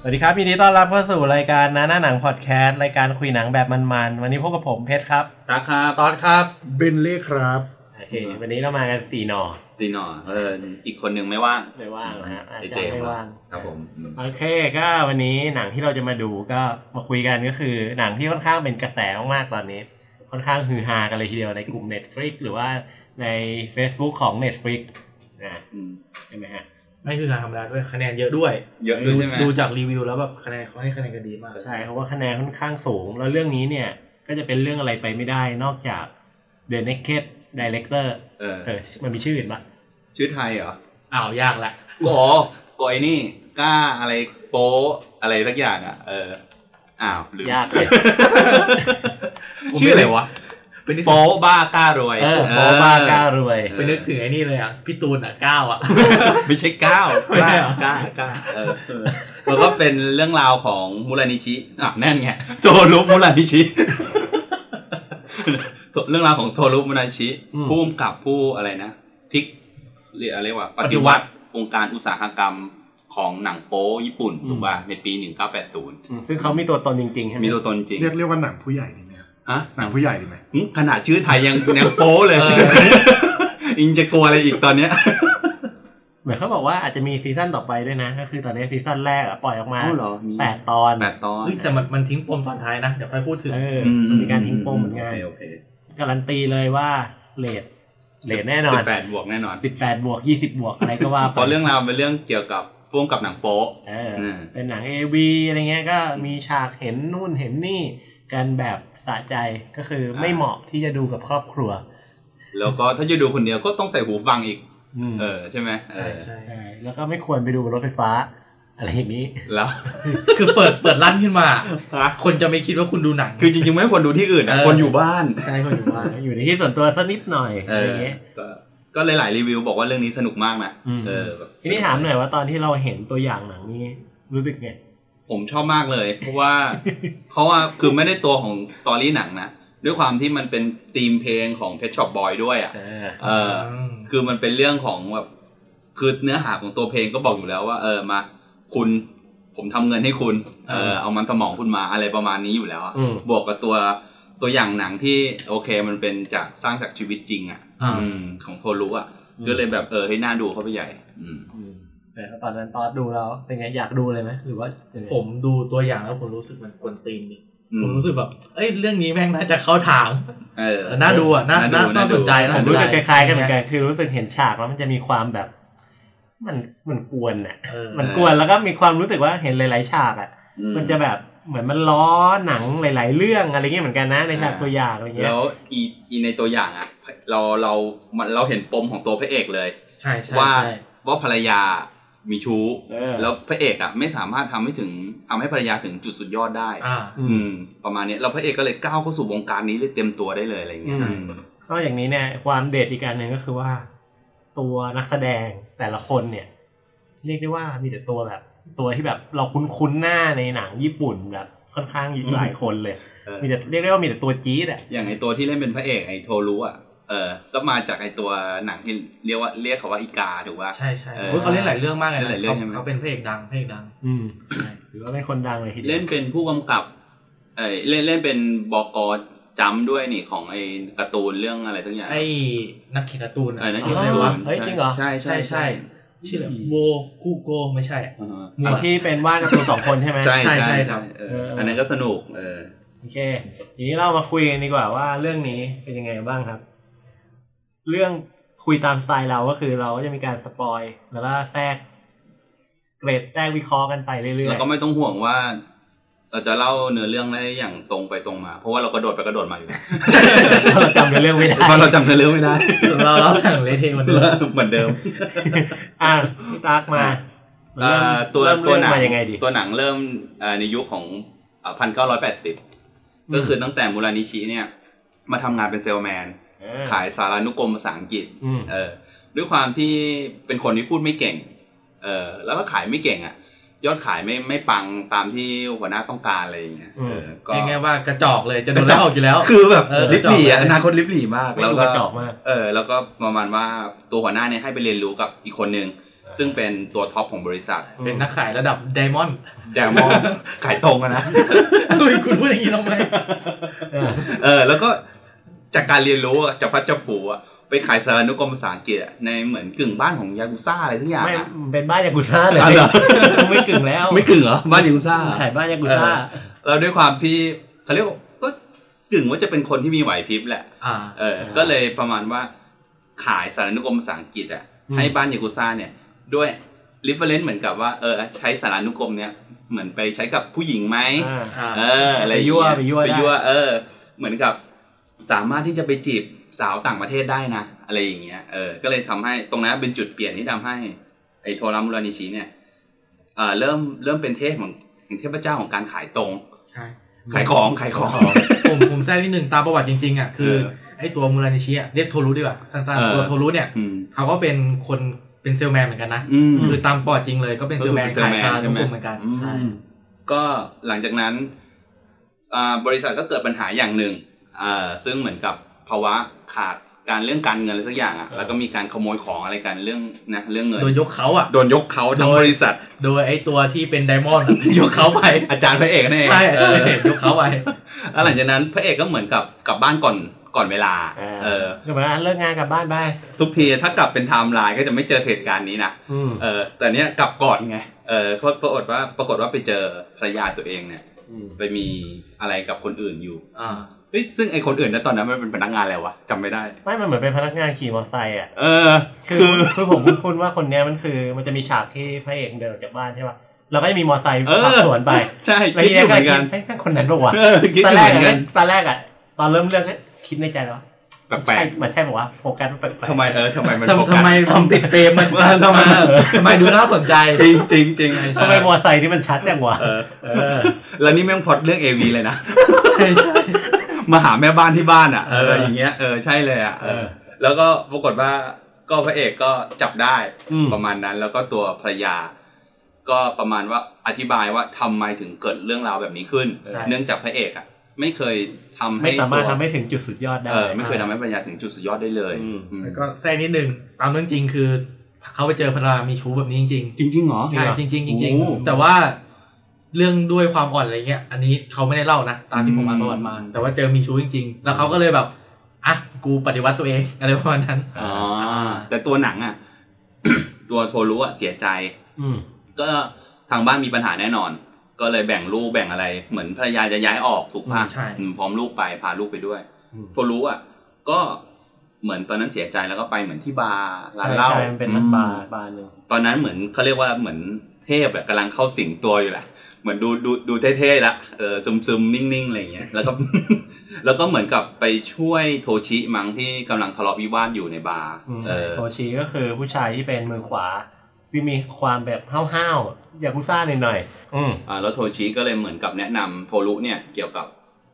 สวัสดีครับยินดีต้อนรับเข้าสู่รายการนาหน้าหนังพอดแคสต์รายการคุยหนังแบบมันๆ วันนี้พบกับผมเพชรครับ ตาครับตอนครับ เบนเล่ครับ โอเควันนี้เรามากันสี่หน่อ ซีหนอเอออีกคนหนึ่งไม่ว่าง ไม่ว่างนะฮะอาจ ไอ จะ เจมส์ ไม่ว่าง ครับผม โอเคก็วันนี้หนังที่เราจะมาดูก็มาคุยกันก็คือ หนังที่ค่อนข้างเป็นกระแสมากๆตอนนี้ ค่อนข้างฮือฮากันเลยทีเดียวในกลุ่ม Netflix หรือว่าใน Facebook ของ Netflix นะ อืม ใช่ไหมฮะ ไม่คืองานธรรมดาด้วยคะแนนเยอะด้วย เยอะด้วยใช่ไหม ดูจากรีวิวแล้วแบบคะแนนเขาให้คะแนนกันดีมาก ใช่เพราะว่าคะแนนค่อนข้างสูง แล้วเรื่องนี้เนี่ยก็จะเป็นเรื่องอะไรไปไม่ได้นอกจาก The Naked Director เออ เออ มันมีชื่ออื่นปะ ชื่อไทยเหรอ อ้าวยากละ กอกอไอ้นี่กล้าอะไรโป๊ะอะไรสักอย่างอ่ะ เอออ้าวลืม ยากเลย ผม ชื่ออะไรวะ เป็นนึก โป๊ะบ้ากล้ารวย เออโปบ้าก้ารวย เป็นนึกถึงไอ้นี่เลยอ่ะพี่ตูนอ่ะก้าวอ่ะ ไม่ใช่ก้าว ไม่ใช่เหรอ กล้ากล้าเออเออแล้วก็เป็นเรื่องราวของมูรานิชิอ่ะแน่นไงโทรุมูรานิชิ เรื่องราวของโทรุมูรานิชิ อืม ผู้กำกับผู้อะไรนะพลิกเรียกอะไรวะปฏิวัติวงการอุตสาหกรรมของหนังโป๊ญี่ปุ่นถูกป่ะในปี 1980 อืมซึ่งเขามีตัวตนจริงๆใช่ไหม มีตัวตนจริง เรียกเรียกว่าหนังผู้ใหญ่ดีไหมครับ อะ หนังผู้ใหญ่ดีไหม หึขนาดชื่อไทยยังแนวโป๊เลย อิงจะกลัวอะไรอีกตอนเนี้ย เหมือนเขาบอกว่าอาจจะมีซีซั่นต่อไปด้วยนะ ก็คือตอนนี้ซีซั่นแรกอะปล่อยออกมา อ้าวเหรอมี แปดตอน แปดตอน เฮ้ยแต่มันมันทิ้งปมตอนท้ายนะ เดี๋ยวค่อยพูดถึง เออ อื มันมีการทิ้งปมเหมือนกัน โอเคโอเค การันตีเลยว่าเลดเลดแน่นอน สิบแปดบวกแน่นอน สิบแปดบวกยี่สิบบวกอะไรก็ว่า เพ ไป ราะเรื่องราวเป็นเรื่องเกี่ยวกับพ่วงกับหนังโป๊ะ เออ อืม เป็นหนังเอวีอะไรเงี้ยก็มีฉากเห็นนู่นเห็นนี่กันแบบสะใจก็คือไม่เหมาะที่จะดูกับครอบครัว แล้วก็ถ้าจะดูคนเดียวก็ต้องใส่หูฟังอีก อืม เออใช่ไหมเอ ใช่ อ ใช่ ใช่แล้วก็ไม่ควรไปดูบนรถไฟฟ้า อะไรอย่างนี้ แล้ว คือเปิดเปิดลั่นขึ้นมา คนจะไม่คิดว่าคุณดูหนัง คือจริงๆไม่ควรดูที่อื่นนะ เออ ควรอยู่บ้าน ใช่คนอยู่ว่า อยู่ในที่ส่วนตัวสักนิดหน่อย เอ อะไร อ เงี้ย ก็ก็หลายๆรีวิวบอกว่าเรื่องนี้สนุกมากนะ อืม เออแบบ ทีนี้ถามหน่อยว่าตอนที่เราเห็นตัวอย่างหนังนี้รู้สึกไง ผมชอบมากเลย เพราะ ว่า เพราะว่าคือไม่ได้ตัวของสตอรี่หนังนะด้วยความที่มันเป็นธีมเพลงของ Pet Shop Boy ด้วยอ่ะ เออ คือมันเป็นเรื่องของแบบคือเนื้อหาของตัวเพลงก็บอกอยู่แล้วว่า เออมาคุณผมทำเงินให้คุณ เออเอามันสมองคุณมาอะไรประมาณนี้อยู่แล้วอะ อืม บวกกับตัวตัวอย่างหนังที่โอเคมันเป็นจากสร้างจากชีวิตจริงอ่ะ อ่า อืมของโทรุอ่ะก็เลยแบบเออให้น่าดูเข้าไปใหญ่ อืม อืมแต่ตอนนั้นตอนดูแล้วเป็นไงอยากดูเลยไหมหรือว่ายังไง ผมดูตัวอย่างแล้วผมรู้สึกมันกวนตีนดิ อื ผม ม รู้สึกแบบเอ้ยเรื่องนี้แม่งน่าจะเข้าทาง เออ เออน่าดูอ่ะน่า น่าดูน่าน่าสนใจผน่าดู นะมรู้สึกคล้ายๆกันเหมือนกันคือรู้สึกเห็นฉากแล้วมันจะมีความแบบ มันมันกวนอ่ะ เออ มันกวนแล้วก็มีความรู้สึกว่าเห็นหลาย ๆ ฉากอ่ะ อื มันจะแบบเหมือนมันล้อหนังหลาย ๆ เรื่องอะไรเงี้ยเหมือนกันนะในฉากตัวอย่างอะไรเงี้ย แล้วอีอีในตัวอย่างอ่ะเราเรามันเราเห็นปมของตัวพระเอกเลย ใช่ใช่ ว่า ใช่ ว่าภรรยามีชู้ เออ แล้วพระเอกอ่ะไม่สามารถทำให้ถึงทำให้ภรรยาถึงจุดสุดยอดได้ อ่า อืม ประมาณเนี้ยแล้วพระเอกก็เลยก้าวเข้าสู่วงการนี้เลยเต็มตัวได้เลยอะไรอย่างเงี้ย อืม นอกจากนี้เนี่ยความเด็ดอีกอันหนึ่งก็คือว่า ตัวนักแสดงแต่ละคนเนี่ย เรียกได้ว่ามีแต่ตัวแบบ ตัวที่แบบเราคุ้นๆหน้าในหนังญี่ปุ่นแบบค่อนข้างหลายคนเลย เออ มีแต่เรียกได้ว่ามีแต่ตัวจี๊ดอ่ะ อย่างไอตัวที่เล่นเป็นพระเอกไอโทรุอ่ะเออ ก็มาจากไอตัวหนังที่เรียกว่าเรียกเขาว่าอีกาถูกป่ะ ใช่ใช่ เออ โอ้ยเขาเล่นหลายเรื่องมากเลย เล่นหลายเรื่องใช่ไหม เขาเป็นพระเอกดังพระเอกดัง อืม ใช่ หรือว่าเป็นคนดังเลยทีเดียว เล่นเป็นผู้กำกับ เออเล่นเล่นเป็นบกจำด้วยนี่ของไอการ์ตูนเรื่องอะไรทั้งอย่าง ไอ้นักเขียนการ์ตูนอะ เออนั่น ชื่ คือ ออะไร ไรอะวะ วะ เฮ้ยจริงเหรอ ใช่ ใช่ ใช่ ใช่ชื่ออะไรโบคูโกไม่ใช่อะ เออ มั่ว อันที่เป็นว่ากับตัวสองคนใช่ไหม ใช่ ใช่ ใช่ ใช่ ใช่ ครับ เออ เอออั อันนั้นก็สนุกเออ โอเค ทีนี้เรามาคุยกันดีกว่าว่าเรื่องนี้เป็นยังไงบ้างครับ เรื่องคุยตามสไตล์เราก็คือเราก็จะมีการสปอยแล้วก็แทรก เกรดแทรกวิเคราะห์กันไปเรื่อย แล้วก็ไม่ต้องห่วงว่า เราจะเล่าเนื้อเรื่องได้อย่างตรงไปตรงมา เพราะว่าเรากระโดดไปกระโดดมาอยู่ ๆเราจำเรื่องไม่ได้ เพราะเราจำเนื้อเรื่องไม่ได้ เราเราหนังเละเทะมันเลย เหมือนเดิม อ่ะพี่ตักมา เอ่อตัว เริ่ม ตัว เรื่อง หนัง มายังไงดี ตัวหนังเริ่มเอ่อในยุคของพันเก้าร้อยแปดสิบ ม ก็คือตั้งแต่มูรานิชิเนี่ย มาทำงานเป็นเซลแมน เออ ขายสารานุกรมภาษาอังกฤษ อืม เออด้วยความที่เป็นคนที่พูดไม่เก่ง เออแล้วก็ขายไม่เก่งอ่ะ ยอดขายไม่ไม่ปังตามที่หัวหน้าต้องการอะไรอย่างเงี้ยเออก็ ง่ายๆว่ากระจอกเลยจะโดนไล่ออกอยู่แล้ว คือแบบ เออ ลิบหลีอะ จอบเลย อนาคตลิบหลีมาก ไม่ แล้ว ดู ก็ กระจอกมาก เออแล้วก็ประมาณว่าตัวหัวหน้าเนี่ยให้ไปเรียนรู้กับอีกคนนึง ซึ่งเป็นตัวท็อปของบริษัท เป็นนักขายระดับไดม อนด์ แดม อนขายตรงอะนะ อุ้ยคุณพูดอย่างนี้ทำไม เออ เออแล้วก็จากการเรียนรู้อะจากพัดจับผูอะไปขายสารานุกรมภาษาอังกฤษอะในเหมือนกึ่งบ้านของยากุซ่าอะไรทั้งอย่าง ไม่ อะ เป็นบ้านยากุซ่าเลย อ๋อเหรอ ไม่กึ่งแล้ว ไม่กึ่งเหรอ บ้านยากุซ่า ขายบ้านยากุซ่า เออ เราด้วยความที่เขาเรียกว่าก็กึ่งว่าจะเป็นคนที่มีไหวพริบแหละ อ่า เออ อ่า ก็เลยประมาณว่าขายสารานุกรมภาษาอังกฤษอะ อืม ให้บ้านยากุซ่าเนี่ย ด้วยริเฟรนซ์เหมือนกับว่าเออใช้สารานุกรมเนี่ยเหมือนไปใช้กับผู้หญิงไหม อ่า อ่า เอออะไรอย่างเงี้ ไปยั่ว ไป ไปยั่วได้ ยั่วเออ เหมือนกับสามารถที่จะไปจีบสาวต่างประเทศได้นะ อะไรอย่างเงี้ยเออก็เลยทำให้ตรงนั้นเป็นจุดเปลี่ยนที่ทำให้ ไอ้โทรามุรานิชิเนี่ยเออเริ่มเริ่มเป็นเทพของเทพเจ้าของการขายตรง ใช่ ขายของขายของ ผมผมแทรกนิดนึงตามประวัติจริงๆอ่ะคือ เออ ไอ้ตัวมูรานิชิอ่ะเรียกโทรุดีกว่าสั้น เออ ๆตัวโทรุเนี่ย อืม เขาก็เป็นคนเป็นเซลแมนเหมือนกันนะ อืม คือตามประวัติจริงเลยก็เป็นเซลแมนขายซา ก็ ทุก คือกลุ่ม เป็ เหมื น อน เซลแมน กัน ใช่ ใช่ ไหมอืมก็หลังจากนั้นอ่าบริษัทก็เกิดปัญหาอย่างหนึ่งอ่าซึ่งเหมือนกับภาวะขาดการเรื่องการเงินอะไรสักอย่างอ่ะ แล้วก็มีการขโมยของอะไรกันเรื่องนะเรื่องเงิน โดยยกเขาอ่ะ โดนยกเขาทั้ง โดย บริษัท โดยไอ้ตัวที่เป็นไดมอนด์อะ ยกเขาไป อาจารย์พระเอกนั่นเอง ใช่ เออ เด็กยกเขาไป แล้วหลังจากนั้นพระเอกก็เหมือนกับกลับบ้านก่อนก่อนเวลา เออ เดี๋ยวมาเลิกงานกลับบ้านไป ทุกทีถ้ากลับเป็นไทม์ไลน์ก็จะไม่เจอเหตุการณ์นี้นะ อืม เออ แต่เนี้ยกลับก่อนไงเออเพราะปรากฏว่าปรากฏว่าไปเจอภรรยาตัวเองเนี่ย ม ไปมีอะไรกับคนอื่นอยู่ อ่า เฮ้ยซึ่งไอคนอื่นนะตอนนั้นมันเป็นพนักงานอะไรวะจำไม่ได้ ไม่มันเหมือนเป็นพนักงานขี่มอเตอร์ไซค์อ่ะ เออ คือ คือ คือผมคุ้นๆว่าคนเนี้ยมันคือมันจะมีฉากที่พระเอกเดินออกจากบ้านใช่ป่ะแล้วก็จะมีมอเตอร์ไซค์ เออ ขับสวนไป ใช่ แล้ว คิ ที ดอ เนี้ยก็ยู่เหมือน คิดกัน เฮ้ยแม่งคนนั้นปะวะ เออคิด ต อ อน ยู่ แรกเหมือนกั อะ น ตอนแรกอะตอนเริ่มเรื่องก็คิดในใจแล้ว แปลก ใช่มันใช่ปะวะโฟกัสมันแปลก ๆ ๆ ทำไมเออทำไมมัน ทำ โฟกัส ทำไมผมติดเฟรมมัน เออทำ ทำ ไม ไมทำไมดูน่าสนใจ จริงจริงจริง ทำไมมอเตอร์ไซค์นี่มันชัดจังวะ เออ เออ แล้วนี่แม่งพล็อดเรื่อง AV เลยนะ ใช่ใช่ มาหาแม่บ้านที่บ้านอ่ะเอ เอ อ อ อย่างเงี้ยเออใช่เลยอ่ะเอ เอ อ อ แล้วก็ปรากฏว่าก็พระเอกก็จับได้ อืม ประมาณนั้น แล้วก็ตัวภรรยา ก็ประมาณว่าอธิบายว่าทำไมถึงเกิดเรื่องราวแบบนี้ขึ้น ใช่ เนื่องจากพระเอกอ่ะ ไม่เคยทำให้ ไม่สามารถ ตัว ทำให้ถึงจุดสุดยอดได้ เออไม่เคยทำให้ภรรยาถึงจุดสุดยอดได้เลย อืม อืม แล้วก็แทรกนิดนึงตามเรื่องจริงคือเขาไปเจอภรรยามีชู้แบบนี้จริง ๆ จริงจริงๆเหรอ ใช่จริงๆจริง โอ้ ๆแต่ว่าเรื่องด้วยความอ่อนอะไรเงี้ย อันนี้เขาไม่ได้เล่านะตามที่ผมอ่านประวัติมา อืม แต่ว่าเจอมีชู้จริง ๆ แล้วเขาก็เลยแบบอ่ะกูปฏิวัติตัวเองอะไรประมาณนั้น อ๋อ อ่า แต่ตัวหนังอ่ะ ตัวโทรุอ่ะเสียใจ อืม ก็ทางบ้านมีปัญหาแน่นอน ก็เลยแบ่งลูกแบ่งอะไร เหมือนภรรยาจะย้ายออกถูกป่ะ อืม ใช่ อืมพร้อมลูกไปพาลูกไปด้วย อืม โทรู้อ่ะ ก็เหมือนตอนนั้นเสียใจแล้วก็ไปเหมือนที่บาร์ร้าน ใช่ เหล้า ใช่มันเป็นนักบาร์ อืม บาร์หนึ่ง ตอนนั้นเหมือนเขาเรียกว่าเหมือนเทพแบบกำลังเข้าสิงตัวอยู่แหละเหมือนดูดูดูเท่ๆละเออซึมซึมๆนิ่งๆอะไรอย่างเงี้ยแล้วก็ แล้วก็เหมือนกับไปช่วยโทชิมั้งที่กำลังทะเลาะวิวาทอยู่ในบาร์ อืม เออ โอชีก็คือผู้ชายที่เป็นมือขวาที่มีความแบบห้าวๆยากุซ่าหน่อยๆอืม อ่าแล้วโทชิก็เลยเหมือนกับแนะนำโทรุเนี่ยเกี่ยวกับ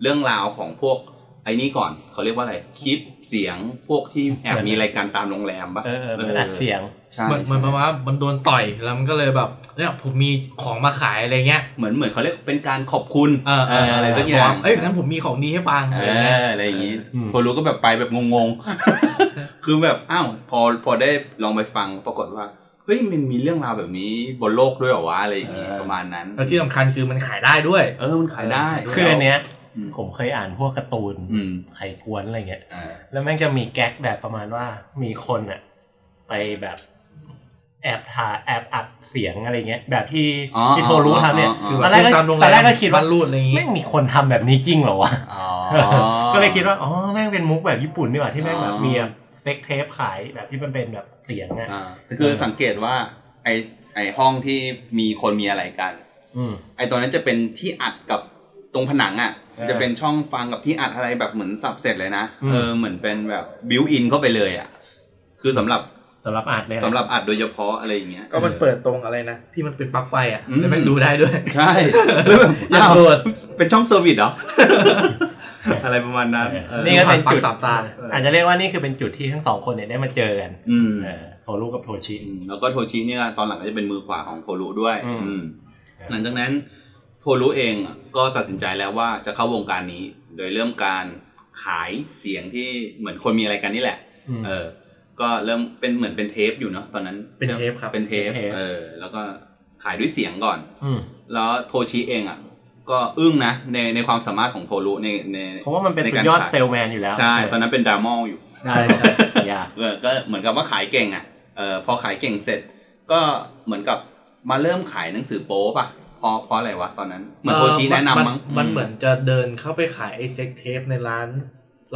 เรื่องราวของพวกไอ้นี่ก่อนเขาเรียกว่าอะไรคลิปเสียงพวกที่แอบ เหมือน มีรายการตามโรงแรมปะ เออเออมันอัดเสียง ใช่ เหมือนเหมือนประมาณว่ามันโดนต่อยแล้วมันก็เลยแบบเนี่ยผมมีของมาขายอะไรเงี้ย เหมือนเหมือนเขาเรียกเป็นการขอบคุณ เออเออ อะไรสักอย่าง เอ้ยงั้นผมมีของดีให้ฟัง เอ อะไรเงี้ย ออะไรอย่างงี้ อืม โทรุก็แบบไปแบบงงๆ คือแบบอ้าวพอพอได้ลองไปฟังปรากฏว่าเฮ้ยมันมีเรื่องราวแบบนี้บนโลกด้วยเหรอวะอะไรอย่างงี้ประมาณนั้น แล้วที่สำคัญคือมันขายได้ด้วย เออมันขายได้ คืออันเนี้ย อืม ผมเคยอ่านพวกการ์ตูน อืม ไขกวนอะไรเงี้ย อ่า แล้วแม่งจะมีแก๊กแบบประมาณว่ามีคนอะไปแบบแอบถ่ายแอบอัดเสียงอะไรเงี้ย แบบที่ อ๋อ ที่โทรรู้ทำเนี่ย อ๋อ คือ อ๋อ แบบ ตอนแรกก็ ตามโรงแร ตอ ม นแรกก็คิดว่า บ้นรูดอะไรอย่างงี้ แม่งมีคนทำแบบนี้จริงเหรอวะ อ๋อ ก็เลยคิดว่าอ๋อแม่งเป็นมุกแบบญี่ปุ่นนี่หว่าที่แม่งแบ อ๋ บ อ มีเซ็กเทปขายแบบที่มันเป็นแบบเสียงอะ อ่าคือสังเกตว่าไอไอห้องที่มีคนมีอะไรกัน อืม ไอตอนนั้นจะเป็นที่อัดกับตรงผนังอ่ะ เออ จะเป็นช่องฟังกับที่อัดอะไรแบบเหมือนสับเสร็จเลยนะ อืม เออเหมือนเป็นแบบบิวอินเข้าไปเลยอ่ะคือสำหรับ สำหรับอัดเลยนะ สำหรับอัดโดยเฉพาะอะไรอย่างเงี้ย ก็มันเปิดตรงอะไรนะที่มันเป็นปลั๊กไฟอ่ะ อืม แล้วแม่งดูได้ด้วย ใช่แล้วแบบ อยาก อ้าว เปิด เป็นช่องเซอร์วิสเหรอ อะไรประมาณนั้นเออ นี่ก็เป็น ผ่านปาก จุด สามตา อาจจะเรียกว่านี่คือเป็นจุดที่ทั้งสองคนเนี่ยได้มาเจอกัน อืม เออโทรรู้กับโทชิ อืมแล้วก็โทชิเนี่ยตอนหลังก็จะเป็นมือขวาของโทรุด้วย อืม อืม หลังจากนั้นโทรุเองอะก็ตัดสินใจแล้วว่าจะเข้าวงการนี้ โดยเริ่มการขายเสียงที่เหมือนคนมีอะไรกันนี่แหละ อืม เออ ก็เริ่มเป็นเหมือนเป็นเทปอยู่เนาะตอนนั้น เป็นเทปครับ เป็นเทป เป็นเทป เออแล้วก็ขายด้วยเสียงก่อน อืม แล้วโทชิเองอ่ะ ก็อึ้งนะในในความสามารถของโทรุในใน เพราะว่ามันเป็น ใ สุดยอด การขาย เซลแมนอยู่แล้ว ใช่ ตอนนั้นเป็นดรามอลอยู่ ได้ครับอย่า เออก็เหมือนกับว่าขายเก่งอ่ะ เออพอขายเก่งเสร็จ ก็เหมือนกับมาเริ่มขายหนังสือโป๊ป่ะเพราะเพราะอะไรวะตอนนั้น เหมือนโทชิแนะนำมั้ง มันเหมือนจะเดินเข้าไปขายไอเซ็กเทปในร้าน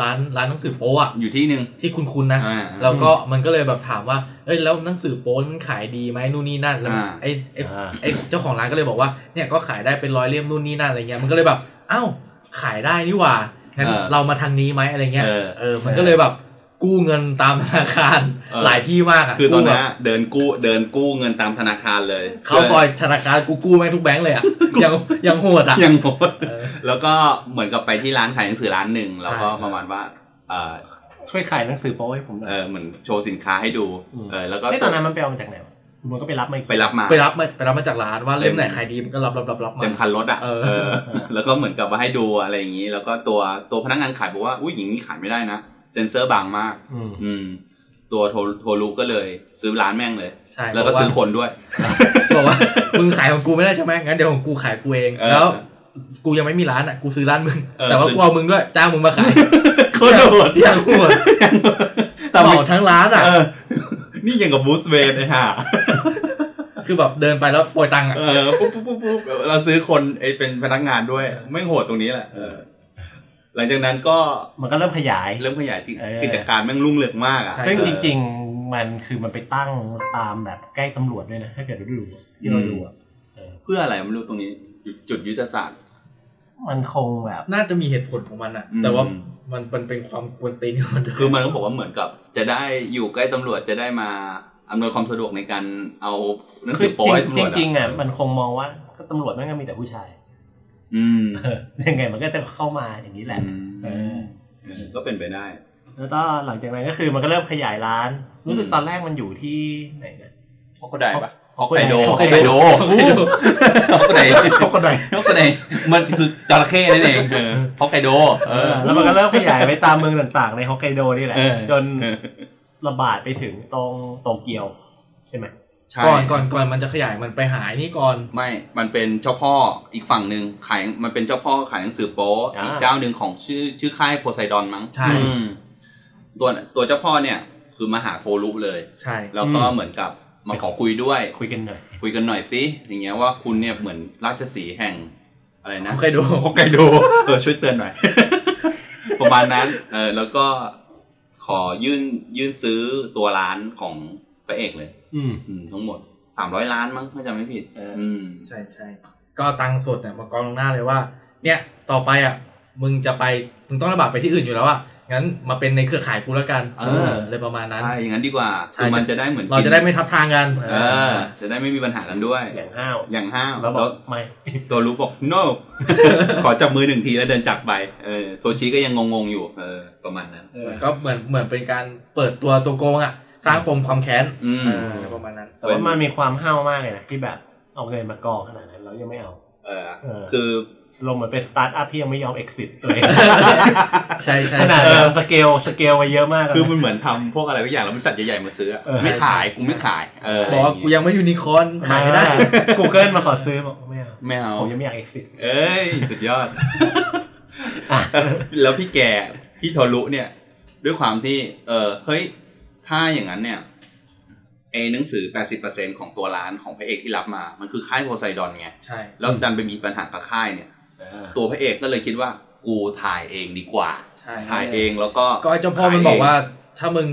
ร้านร้านหนังสือโป๊อะ อยู่ที่หนึ่ง ที่คุณคุณนะ อ่า แล้วก็มันก็เลยแบบถามว่า เอ้ยแล้วหนังสือโป๊มันขายดีไหมนู่นนี่นั่นแล้ว อ่า ไอไอ้ไอเจ้าของร้านก็เลยบอกว่าเนี่ยก็ขายได้เป็นร้อยเล่มนู่นนี่นั่นอะไรเงี้ยมันก็เลยแบบเอ้าขายได้นี่หว่างั้น เออ เรามาทางนี้ไหมอะไรเงี้ย เออ เออมันก็เลยแบบกู้เงินตามธนาคาร เออ หลายที่มากอะ คือตอนนั้น กู้แบบ เดินกู้เดินกู้เงินตามธนาคารเลย เข้าซ อยธนาคารกูกู้แม่งทุกแบงค์เลยอะยังยังโหดอะ ยังโหด เออ แล้วก็เหมือนกับไปที่ร้านขายหนังสือร้านหนึ่งแล้วก็ ใช่ ประมาณว่าเออ ช่วยขายหนังสือโป๊ให้ผมหน่อ เอย อเหมือนโชว์สินค้าให้ดู อืม เออแล้วก็ ไอ้ยตอนนั้นมันไปเอามาจากไหนวะมันก็ไปรับมาอีก ไปรับมา ไปรับมาไปรับมาจากร้านว่าเล่มไหนขายดีมันก็รับรับรับรับมา เต็มคันรถอ่ะ เออ เออ แล้วก็เหมือนกับว่าให้ดูอะไรอย่างนี้ แล้วก็ตัวตัวพนักงานขายบอกว่า อุ้ยอย่างนี้ขายไม่ได้นะ เซนเซอร์บางมาก อืม อืม ตัวโทโทรุก็เลยซื้อร้านแม่งเลย ใช่ แล้วก็ บา ซื้อคนด้วย บอกว่ามึงขายของกูไม่ได้ใช่ไหมงั้นเดี๋ยวของกูขายกูเอง เออ แล้ว กูยังไม่มีร้านอ่ะกูซื้อร้านมึง เออ แต่ว่า ซื้อ กูเอามึงด้วยจ้างมึงมาขาย คนโหด อย่างโหด แต่ เห ไม่ มาทั้งร้านอ่ะ เออนี่ยังกับบูสเวนเลยฮะ คือแบบเดินไปแล้วโปรยตังค์อ่ะ เออปุ๊บปุ๊บปุ๊บปุ๊บเราซื้อคนไอ้เป็นพนักงานด้วยไม่งโหดตรงนี้แหละเออหลังจากนั้นก็ มันก็เริ่มขยาย เริ่มขยายที่ เออ กิจการแม่งรุ่งเรืองมากอ่ะ ซึ่ง เออ จริงๆ มันคือมันไปตั้งตามแบบใกล้ตำรวจด้วยนะ ถ้าเกิดดูอะที่เรา อืม ดูอะเออ เพื่ออะไรไม่รู้ตรงนี้ จุดจุดยุทธศาสตร์ มันคงแบบ น่าจะมีเหตุผลของมันอ่ะ อืม แต่ว่ามันมันเป็นความกวนตีนของมันด้วย คือมันก็บอกว่าเหมือนกับ จะได้อยู่ใกล้ตำรวจจะได้มาอำนวยความสะดวกในการเอาหนัง คื สื อ อโป้ให้ตำรวจ จริง อะ จริงๆอ่ะมันคงมองว่าก็ตำรวจแม่งก็มีแต่ผู้ชาย อืม เออยังไงมันก็จะเข้ามาอย่างนี้แหละ เออ ก็เป็นไปได้ แล้วก็หลังจากนั้นก็คือมันก็เริ่มขยายร้านรู้สึก อืม ตอนแรกมันอยู่ที่ไหนนะ ฮอกไกโดปะฮอกไกโด ฮ ฮ อ อก ก ไก ไก โด โดฮอกไกโด ฮอกไกโด ฮอกไกโดมันคือจระเข้นั่นเองเออฮอกไกโดเออ แล้วมันก็เริ่มขยายไปตามเมืองต่างๆ ในฮอกไกโดนี่แหละ เออ จนระบาดไปถึงตรงโตเกียว ใช่ไหม ใช่ ก่อนก่อนก่อนมันจะขยายมันไปหายนี่ก่อน ไม่ มันเป็นเจ้าพ่ออีกฝั่งหนึ่งขายมันเป็นเจ้าพ่อขายหนังสือโป๊ า อีกเจ้าหนึ่งของชื่อชื่อค่ายโพไซดอนมั้ง ใช่ อืมตัวตัวเจ้าพ่อเนี่ย คือมาหาโทรุเลย ใช่ แล้วก็ อืม เหมือนกับมาขอคุยด้วย คุยกันหน่อย คุยกันหน่อยสิอย่างเงี้ยว่าคุณเนี่ยเหมือนราชสีห์แห่งอะไรนะ ฮอกไกโด ฮอกไกโดเออช่วยเตือนหน่อย ประมาณนั้นเออแล้วก็ขอยื่นยื่นซื้อตัวร้านของพระเอกเลย อืม อืมทั้งหมดสามร้อยล้านมั้งถ้าจำไม่ผิด เอออื อืม ใช่ใช่ก็เอาตังค์สดเนี่ยมากองลงหน้าเลยว่า เนี่ยต่อไปอ่ะมึงจะไปมึงต้องระบาดไปที่อื่นอยู่แล้วอ่ะงั้นมาเป็นในเครือข่ายกูแล้วกัน เออ เลยประมาณนั้น ใช่อย่างนั้นดีกว่า ใช่ คือมันจะได้เหมือน เราจะได้ไม่ทับทางกัน เออ จะได้ไม่มีปัญหากันด้วย อย่างห้าว อย่างห้าว แล้วบอกไม่ ตัวรู้บอก no ขอจับมือหนึ่งทีแล้วเดินจากไปเออโทชิก็ยังงงๆอยู่ เออ ประมาณนั้น เออ ก็เหมือนเหมือนเป็นการเปิดตัวตัวโกงอ่ะ สร้างปมความแค้น อืม เออประมาณนั้น แต่ว่ามันมีความห้าวมากเลยนะที่แบบเอาเงินมากองขนาดนั้นแล้วยังไม่เอา เออ เออ คือ ลงเหมือนเป็นสตาร์ทอัพที่ยังไม่ยอม exit ตัวเอง ใช่ใช่ ขนาด เออ นั้นสเกลสเกลไปเยอะมากแล้ว คือ นะ มันเหมือนทำพวกอะไรทุกอย่างแล้วบริษัทใหญ่ๆมาซื้ออะ เออ ไม่ขายกูไม่ขาย เออ บอกว่ากูยังไม่ยูนิคอร์นขายไม่ได้ Google มาขอซื้อบอกไม่เอา ไม่เอา ผมยังไม่อยาก exit เอ้ยสุดยอด อ่ะ แล้วพี่แกพี่โทรุเนี่ย ด้วยความที่ เออเฮ้ย ถ้าอย่างนั้นเนี่ยไอหนังสือ 80%ของตัวร้านของพระเอกที่รับมา มันคือค่ายโพไซดอนไง ใช่ แล้วดันไปมีปัญหากับค่ายเนี่ย ตัวพระเอกก็เลยคิดว่า กูถ่ายเองดีกว่า ใช่ ถ่ายเองแล้วก็ ก็ไอ้เจ้าพ่อมัน ขยเง บอกว่า ถ้ามึง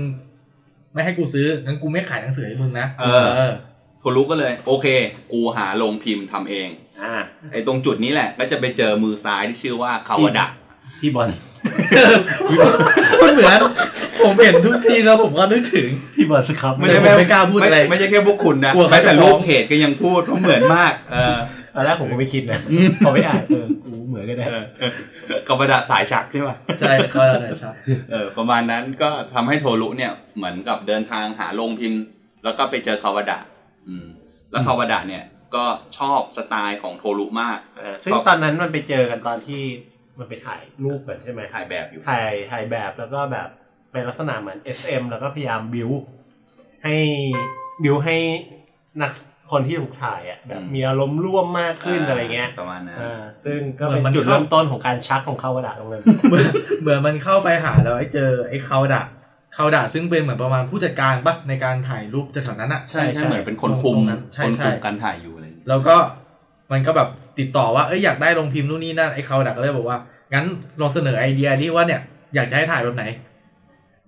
ไม่ให้กูซื้องั้นกูไม่ขายหนังสือให้มึงนะ เออ โทรุก็เลย โอเค กูหาโรงพิมพ์ทำเอง อ่า ไอ้ตรงจุดนี้แหละ ก็จะไปเจอมือซ้ายที่ชื่อว่าคาวาดะ พี่บอล มันเหมือนผมเห็นทุกทีแล้วผมก็นึกถึง พี่บอลสครับ ไม่ได้ ไม่กล้าพูดอะไร ม่ไม่ใช่แค่พวกคุณนะ กลัวเขา แม้แต่ จะฟ้อง รูปเพจก็ยังพูดว่าเหมือนมาก เอ อ ตอนแรกผมก็ไม่คิดนะพอไม่อ่านเออกูเหมือนกันนะ เออกับประดาสายฉักใช่ไหม ใช่ก็ได้ใช่ เออ ประมาณนั้นก็ทำให้โทรุเนี่ยเหมือนกับเดินทางหาโรงพิมพ์ แล้วก็ไปเจอคาวาดะอืม แล้วคาวาดะเนี่ย ก็ชอบสไตล์ของโทรุมาก เออซึ่ง ครับ ตอนนั้นมันไปเจอกันตอนที่มันไปถ่ายรูปกันใช่ไหม ถ่ายแบบอยู่ ถ่ายถ่ายแบบแล้วก็แบบไป เป็นลักษณะเหมือน SM แล้วก็พยายามบิวให้บิวให้นักคนที่ถูกถ่ายอ่ะแบบมีอารมณ์ร่วมมากขึ้นอะไรเงี้ย ประมาณนั้น อ่าซึ่งก็เป็นจุดเริ่มต้นของการชักของเขากระดาษตรงนั้น เหมือนเหมือนมันเข้าไปหาแล้วไอ้เจอไอ้เขาดะเขาดะซึ่งเป็นเหมือนประมาณผู้จัดการปะในการถ่ายรูปแถวๆนั้นอะ ใช่ ใช่ ใช่เหมือนเป็นคนคุม ทรงนั้นใช่ คนคุม ใช่ การถ่ายอยู่อะไรอย่างเงี้ย แล้วก็มันก็แบบติดต่อว่าเอ้ยอยากได้ลงพิมพ์นู่นนี่นั่นไอ้เขาดักก็เลยบอกว่า งั้นลองเสนอไอเดียที่ว่าเนี่ยอยากจะให้ถ่ายแบบไหน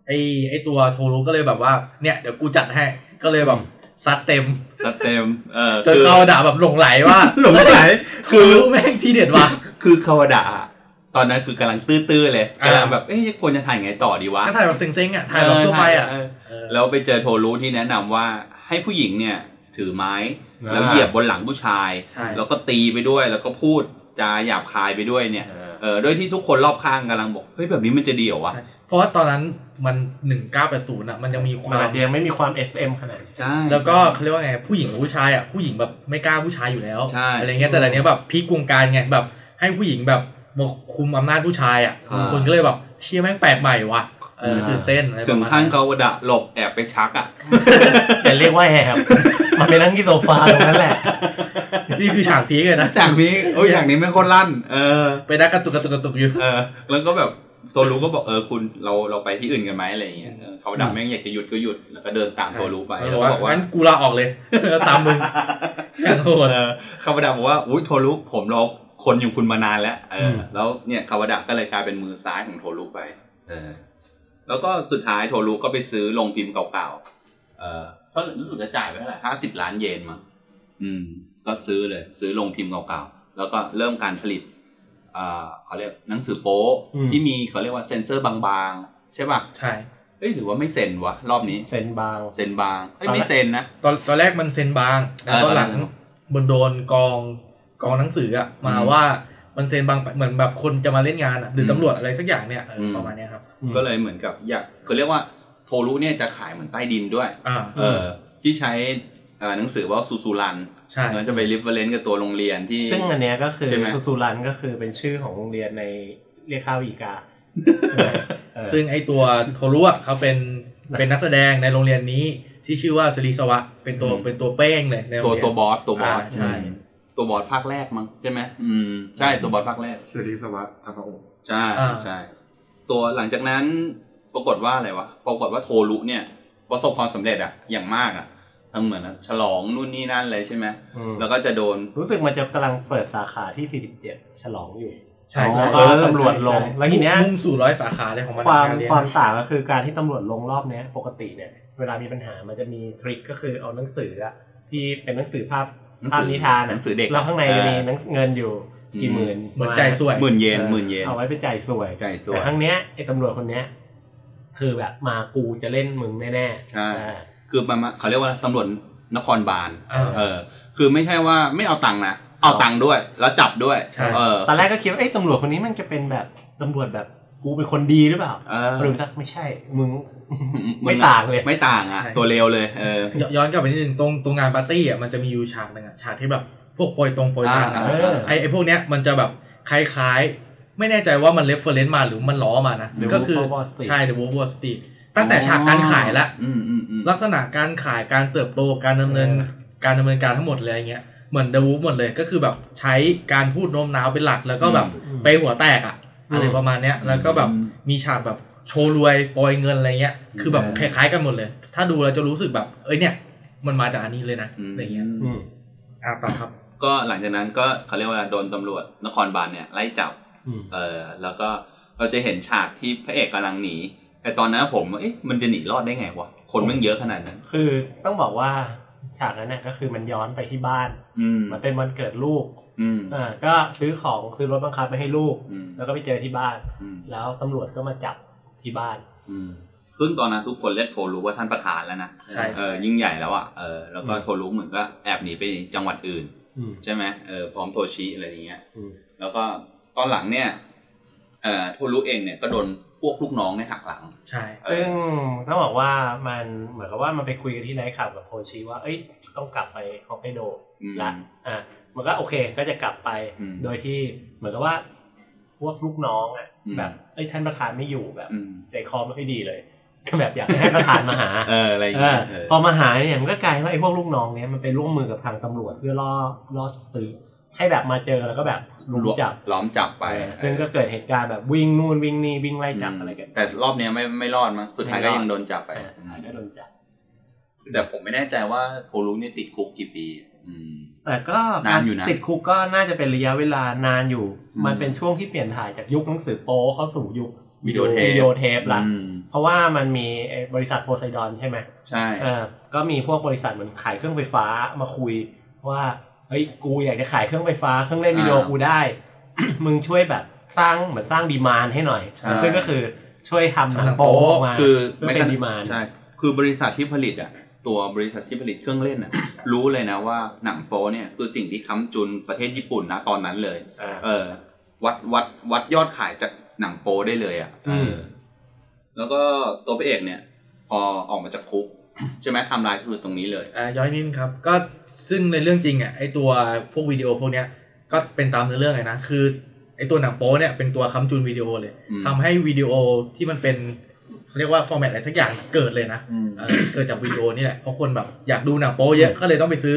ไอไอตัวโทรุก็เลยแบบว่าเนี่ยเดี๋ยวกูจัดให้ก็เลยแบบซัดเต็ม สเต็มเออ จน คือ เขาด่าแบบหลงไหลว่า หลงไหล โทรุแม่งทีเด็ดว่ะ คือคาวาดะอะตอนนั้นคือกำลังตื้อๆเลย อ่า กำลังแบบเอ๊ะควรจะถ่ายไงต่อดีวะ ก็ถ่ายแบบเซ็งๆอ่ะถ่ายแบบทั่วไปอ่ะ เ เออ แล้วไปเจอโทรู้ที่แนะนำว่าให้ผู้หญิงเนี่ยถือไม้ อ่า แล้วเหยียบบนหลังผู้ชาย ใช่ แล้วก็ตีไปด้วยแล้วก็พูดจาหยาบคายไปด้วยเนี่ยเออโด้วยที่ทุกคนรอบข้างกำลังบอกเฮ้ยแบบนี้มันจะดีเหรอวะ ใช่ เพราะว่าตอนนั้นมันหนึ่งเก้าแปดศูนย์อ่ะมันยังมีคคาววาม มยังไม่มีความ SM ขนาดนี้ ใช่ แล้วก็เขาเรียกว่าไงผู้หญิงกับผู้ชายอ่ะผู้หญิงแบบไม่กล้าผู้ชายอยู่แล้ว ใช่ อะไรเงี้ยแต่ตอนเนี้ยแบบพลิกวงการไงแบบให้ผู้หญิงแบบมาคุมอำนาจผู้ชายอ่ะ อ่า คนก็เลยแบบเชี่ยแม่งแปลกใหม่ว่ะเออตื่นเต้นอะไรประ ถึง มาณ ขั้นคาวาดะหลบแอบไปชักอ่ะ แต่เรียกว่าแอบ มันไปนั่งที่โซฟาตรงนั้นแหละ นี่คือฉากพีกเลยนะ จากนี้โอ้ยอย่างนี้ไม่งโคนลั่น เออ ไปนั่งกระตุกกระตุกกระตุกอยู่ เออแล้วก็แบบโทรู้ก็บอกเออคุณเราเราไปที่อื่นกันไหมอะไรอย่างเงี้ยเออเขาดับแม่งอยากจะหยุดก็หยุดแล้วก็เดินตามโทรู้ไป แล้ว แล้ บ ว อก็กว่า บอกว่า งั้นกูลาออกเลย แล้วตามมึงอย่างโหด เออคาวาดะบอกว่าอุ้ยโทรู้ผมรอคนอยู่คุณมานานแล้วเอออ ม แล้วเนี่ยคาวาดะก็เลยกลายเป็นมือซ้ายของโทรู้ไป เออ แล้วก็สุดท้ายโทรู้ก็ไปซื้อลงพิมพ์เก่าๆเออก็รู้สึกจะจ่ายไปเท่าไหร่ห้าสิบล้านเยนมั้งอืม ก็ซื้อเลย ซื้อลงพิมพ์เก่าๆแล้วก็เริ่มการผลิต อ่าเขาเรียกหนังสือโป๊ อืม ที่มีเขาเรียกว่าเซ็นเซอร์บางๆ ใช่ป่ะ ใช่ เอ้ยหรือว่าไม่เซ็นวะรอบนี้ เซนบาง เซ็นบางเอ้ย ตอนแรก ไม่เซ็นนะ ตอนตอนแรกมันเซ็นบางแต่ตอนหลัง เออตอนหลัง มันโดนกองกองหนังสืออ่ะมาว่ามันเซ็นบางไปเหมือนแบบคนจะมาเล่นงานอ่ะหรือตำรวจอะไรสักอย่างเนี่ยเออประมาณเนี้ยครับ ก็เลยเหมือนกับอยากเขาเรียกว่าโทรุเนี่ยจะขายเหมือนใต้ดินด้วย อ่า เออที่ใช้อ่าหนังสือว่าซูซูรัน ใช่ มันจะไปริฟเฟอเรนซ์กับตัวโรงเรียนที่ ซึ่งอันเนี้ยก็คือ ใช่ไหม สุสุรันก็คือเป็นชื่อของโรงเรียนในเรียกข้าวอีกาเออ ซึ่งไอตัวโทรุอ่ะเขาเป็น นัก เป็นนักแสดงในโรงเรียนนี้ที่ชื่อว่าสรีสวะ เป็นตัว อืม เป็นตัวเป้งเลยในโรง ตัว เรียน ตัวบอสตัวบอส อ่าใช่ อืมตัวบอสภาคแรกมั้งใช่ไหมอืมใช่ตัวบอสภาคแรก สิริสวัสดิ์ธรรมโอ ใช่ อ่า ใช่ ตัวหลังจากนั้นปรากฏว่าอะไรวะปรากฏว่าโทรุเนี่ย ประสบความสำเร็จอะอย่างมากอะทั้งเหมือนอะฉลองนู่นนี่นั่นเลยใช่ไหม อืม แล้วก็จะโดน รู้สึกมันจะกำลังเปิดสาขาที่ 47 ฉลองอยู่ ใช่ อ๋อ ใช่ เออตำรวจลง ใช่ แล้วทีเนี้ย มุ่งสู่ร้อยสาขาเลยของมัน ความ ในกรเรียน ความต่างก็คือการที่ตำรวจลงรอบเนี้ยปกติเนี่ย เวลามีปัญหามันจะมีทริคก็คือเอาหนังสืออะที่เป็นหนังสือภาพ หนังสือ ภาพนิทานอะ หนังสือเด็ก แล้วข้างในจะมี เออ หนังเงินอยู่กี่ อืม หมื่น เหมือนใจสวย หมื่นเยน ออ หมื่นเยน เอาไว้ไปจ่ายสวย ใจสว แต่ ย ครั้งเนี้ยไอ้ตำรวจคนเนี้ย คือแบบมากูจะเล่นมึงแน่ๆ ใช่ เออ คือมันมาเขาเรียกว่าตำรวจนครบาล อ่า เออ คือไม่ใช่ว่าไม่เอาตังค์นะเอาตังค์ด้วย แล้วจับด้วย ใช่ เออ ตอนแรกก็คิดว่าเอ้ยตำรวจคนนี้มันจะเป็นแบบตำรวจแบบกูเป็นคนดีหรือเปล่า เออ หรือสักไม่ใช่ มึง ง ไม่ อะ ต่างเลย ไม่ต่างอะ ใช่ ตัวเลวเลย เออ ย้อนย้อนกลับไปนิดนึงตรงตรงงานปาร์ตี้อ่ะมันจะมีอยู่ฉากหนึ่งอ่ะฉากที่แบบพวกโปรยตรงโปรยทาน อ่า อะ เออ ไอไอพวกเนี้ยมันจะแบบคล้ายๆ ไม่แน่ใจว่ามันเรฟเฟอร์เรนซ์มาหรือมันล้อมานะ The ก็คือ Wolf of Wall Street ใช่เดอะวอลวอลสตรีตั้งแต่ฉากการขายละ อืมอืมอืม ลักษณะการขายการเติบโตการดำเนิน เออ การดำเนินการทั้งหมดเลยอย่างเงี้ยเหมือนเดวูหมดเลยก็คือแบบใช้การพูดโน้มน้าวเป็นหลักแล้วก็แบบ อืม ไปหัวแตกอะ อืม อะไรประมาณเนี้ยแล้วก็แบบมีฉากแบบโชว์รวยปล่อยเงินอะไรเงี้ยคือแบบคล้ายๆกันหมดเลย ถ้าดูเราจะรู้สึกแบบเอ้ยเนี่ย มันมาจากอันนี้เลยนะ ม อะไรเงี้ย อืม อ่ะต่อครับ ก็หลังจากนั้นก็เขาเรียกว่าโดนตำรวจนครบาลเนี่ยไล่จับ อืม เออแล้วก็เราจะเห็นฉากที่พระเอกกำลังหนี แต่ตอนนั้นผมเอ๊ะมันจะหนีรอดได้ไงวะ คนแมันเยอะขนาดนั้น คือต้องบอกว่าฉากนั้นน่ะก็คือมันย้อนไปที่บ้าน อืม มันเป็นวันเกิดลูก อืม อ่าก็ซื้อของซื้อรถบังคับไปให้ลูก อืม แล้วก็ไปเจอที่บ้าน อืม แล้วตำรวจก็มาจับที่บ้าน อืมซึ่งตอนนั้นทุกคนเรียกโทรู้ว่าท่านประธานแล้วนะ ใช่ เออยิ่งใหญ่แล้วอ่ะเออแล้วก็ อืม โทรู้เหมือนก็แอบหนีไปจังหวัดอื่น อืม ใช่ไหมเออพร้อมโทชิอะไรอย่างเงี้ย อืม แล้วก็ตอนหลังเนี่ยเอ่อโทรู้เองเนี่ยก็โดนพวกลูกน้องเนี่ยหักหลัง ใช่ เอ ซึ่ อง ต้องบอกว่ามันเหมือนกับว่ามันไปคุยกันที่ไนท์คลับกับโพชีว่า เอ้ยต้องกลับไปฮอกไกโด อืม ละ อ่ะมันก็โอเคก็จะกลับไป อืม โดยที่เหมือนกับว่าพวกลูกน้องอ่ะ อืม แบบเอ้ยท่านประธานไม่อยู่แบบ อืม ใจคอไม่ค่อยดีเลย ก็แบบอยากให้ประธานมาหา เอออะไรอย่าง เอ เงี้ อย เออ พอมาหาเนี่ยมันก็กลายว่าไอ้พวกลูกน้องเนี่ยมันไปร่วมมือกับทางตำรวจเพื่อล่อล่อตื้อให้แบบมาเจอแล้วก็แบบลุมจับ ล้อมจับไป เออซึ่งก็เกิดเหตุการณ์แบบวิ่งนู่นวิ่งนี่วิ่งไล่จับอะไรกัน แต่รอบเนี้ยไม่ไม่รอดมั้งสุดท้ายก็ยังโดนจับไป เออสุดท้ายก็โดนจับ แต่ผมไม่แน่ใจว่าโทรุนี่ติดคุกกี่ปี อืม แต่ก็กาน าร นอยู่นะ ติดคุกก็น่าจะเป็นระยะเวลานานอยู่ อืม มันเป็นช่วงที่เปลี่ยนถ่ายจากยุคหนังสือโป๊เข้าสู่ยุค วิดีโอเทป วิดีโอเทปละ อืม เพราะว่ามันมีไอ้บริษัทโพไซดอนใช่ไหม ใช่ เออก็มีพวกบริษัทเหมือนขายเครื่องไฟฟ้ามาคุยว่า เฮ้ย กูอยากจะขายเครื่องไฟฟ้าเครื่องเล่นวิดีโอกูได้ มึงช่วยแบบสร้างเหมือนสร้างดีมานให้หน่อย ใช่ ซึ่งก็คือช่วยทำหนังโป๊ออกมา คือ เพื่อเป็นดีมาน ใช่ คือบริษัทที่ผลิตอ่ะ ตัวบริษัทที่ผลิตเครื่องเล่นอ่ะ รู้เลยนะว่าหนังโป๊เนี่ยคือสิ่งที่ค้ำจุนประเทศญี่ปุ่นนะตอนนั้นเลย อ่า เออวัดวัดวัดยอดขายจากหนังโปได้เลยอ่ะ อืม เออแล้วก็ตัวพระเอกเนี่ย พอออกมาจากคุก ใช่ไหมไทำลายคือตรงนี้เลย อ่าย้อยนิดนึงครับ ก็ซึ่งในเรื่องจริงอ่ะไอตัวพวกวิดีโอพวกเนี้ยก็เป็นตามเนื้อเรื่องเลยนะ คือไอตัวหนังโป๊เนี่ยเป็นตัวค้ำจุนวิดีโอเลย อืม ทำให้วิดีโอที่มันเป็นเขาเรียกว่าฟอร์แมตอะไรสักอย่างเกิดเลยนะเอ อเกิดจากวิดีโอนี่แหละเพราะคนแบบอยากดูหนังโป๊เยอะก็เลยต้องไปซื้อ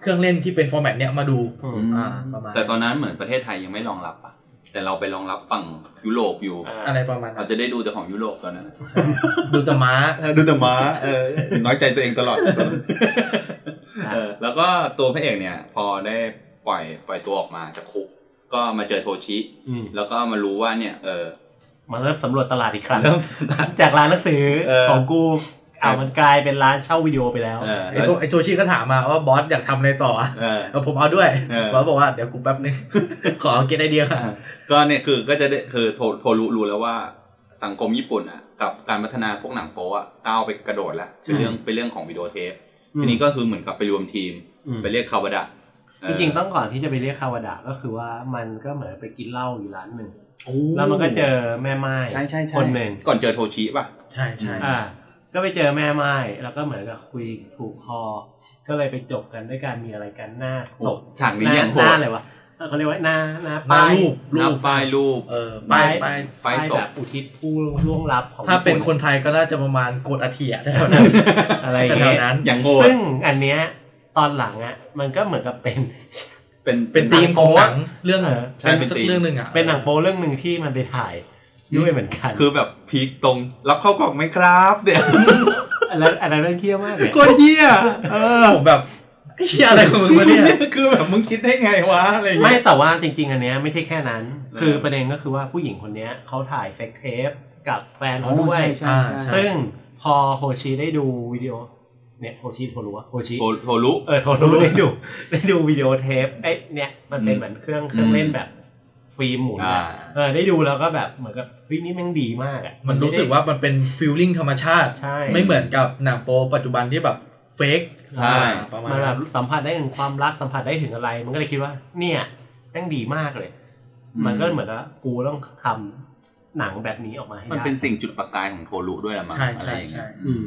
เครื่องเล่นที่เป็นฟอร์แมตเนี้ยมาดู อืม อ่าประมาณ แต่ตอนนั้นเหมือนประเทศไทยยังไม่รองรับอ่ะ แต่เราไปรองรับฝั่งยุโรปอยู่ า อะไรประมาณ นั้เรา น จะได้ดูแต่ของยุโรปตอนนั้นอะ ดูแตม้า ดูแต่ม้าเออน้อยใจตัวเองตลอด อ่า เออแล้วก็ตัวพระเอกเนี่ย พอได้ปล่อยปล่อยตัวออกมาจากคุก ก็มาเจอโทชิ อืม แล้วก็มารู้ว่าเนี่ย เออ มาเริ่มสำรวจตลาดอีกครั้ง เริ่ม จากร้านหนังสือ เออ ของกูเอามันกลายเป็นร้านเช่าวิดีโอไปแล้ว เออ ไอโทไอโทชิก็ถามมาว่าบอสอยากทำอะไรต่ออะ เออ เออผมเอาด้วย เออ บอสบอกว่าเดี๋ยวกูแป๊บนึง ขอเก็ตไอเดียค่ะ ก็เนี่ยคือก็จะได้คือโทโทรู้รู้แล้วว่าสังคมญี่ปุ่นอ่ะกับการพัฒนาพวกหนังโป๊อ่ะก้าวไปกระโดดแล้วเป็นเรื่องเป็นเรื่องของวิดีโอเทป อืม ทีนี้ก็คือเหมือนกับไปรวมทีม อืม ไปเรียกคาวาดะเ จริงๆต้องก่อนที่จะไปเรียกคาวาดะก็คือว่ามันก็เหมือนไปกินเหล้าอยู่ร้านหนึ่ง โอ้ แล้วมันก็เจอแม่ไม้ ใช่ใช่ใช่ คนหนึ่ง ก่อนเจอโทชิป่ะ ใช่ใช่ อ่า ก็ไปเจอแม่ไม้แล้วก็เหมือนกับคุยถูกคอ ก็เลยไปจบกันด้วยการมีอะไรกันหน้าตบ ฉาก ห นี้ น้า ยัง หน้าอะไรวะเขาเรียกว่าหน้าหน้า หน้า ป้าย รูป ห รู น้า ป ป้ายรูป เออป้ายป้าย ป้า ป้าย ย ศ แบ พ บอุทิศผู้ล่วงลับของ ถ้าเป็น ญี่ ค ปุ่ นไทยก็น่าจะประมาณกดอาเทียแถวนั้น อะไรอย่างเงี้ แถวนั้ ย น อย่างโง่ ซึ่งอันเนี้ยตอนหลังอ่ะมันก็เหมือนกับเป็น เป็น เป็นธีมของหนังเรื่อง เออ ใช่ เป็น เป็น สัก ธีม เรื่องหนึ่งอ่ะ เป็นหนังโป๊เรื่องหนึ่งที่มันไปถ่ายด้วยเหมือนกัน คือแบบพีคตรงรับเข้ากล่องไหมครับเนี่ย อันนั้นอันนั้นเรื่องเที่ยวมากเลย โคตรเฮี้ย เออผมแบบไอ้เหี้ยอะไรของมึงวะเนี่ย คือแบบ มึงคิดได้ไงวะอะไรอย่าง ไม่ เงี้ย แต่ว่าจริง ๆ อันเนี้ยไม่ใช่แค่นั้น เออ คือประเด็นก็คือว่าผู้หญิงคนเนี้ยเขาถ่ายเซ็กเทปกับแฟนเขาด้วย ใช่ อ่า ใช่ ซึ่งพอโฮชิได้ดูวิดีโอเนี่ยโฮชิโทรุวะโฮชิ โทโทรุ เออโทรุได้ดูได้ดูวิดีโอเทปไอ้เนี่ยมันเป็นเหมือนเครื่องเครื่องเล่นแบบฟิล์มหมุนอะ อ่า เออได้ดูแล้วก็แบบเหมือนกับเฮ้ยนี่แม่งดีมากอ่ะ มันรู้สึกว่ามันเป็นฟิลลิ่งธรรมชาติ ใช่ ไม่เหมือนกับหนังโปปัจจุบันที่แบบเฟก ใช่ ประมาณ มันแบ นั้ บ น สัมผัสได้ถึงความรักสัมผัสได้ถึงอะไร มันก็เลยคิดว่า เนี่ยแม่งดีมากเลย มันก็เหมือนกับกูต้องทำหนังแบบนี้ออกมาให้ มัน ได้ เป็นสิ่งจุดประกายของโทรุด้วยละมั้ง ใช่ อะไร ใช่ อย่างเงี้ ใช่ ย อืม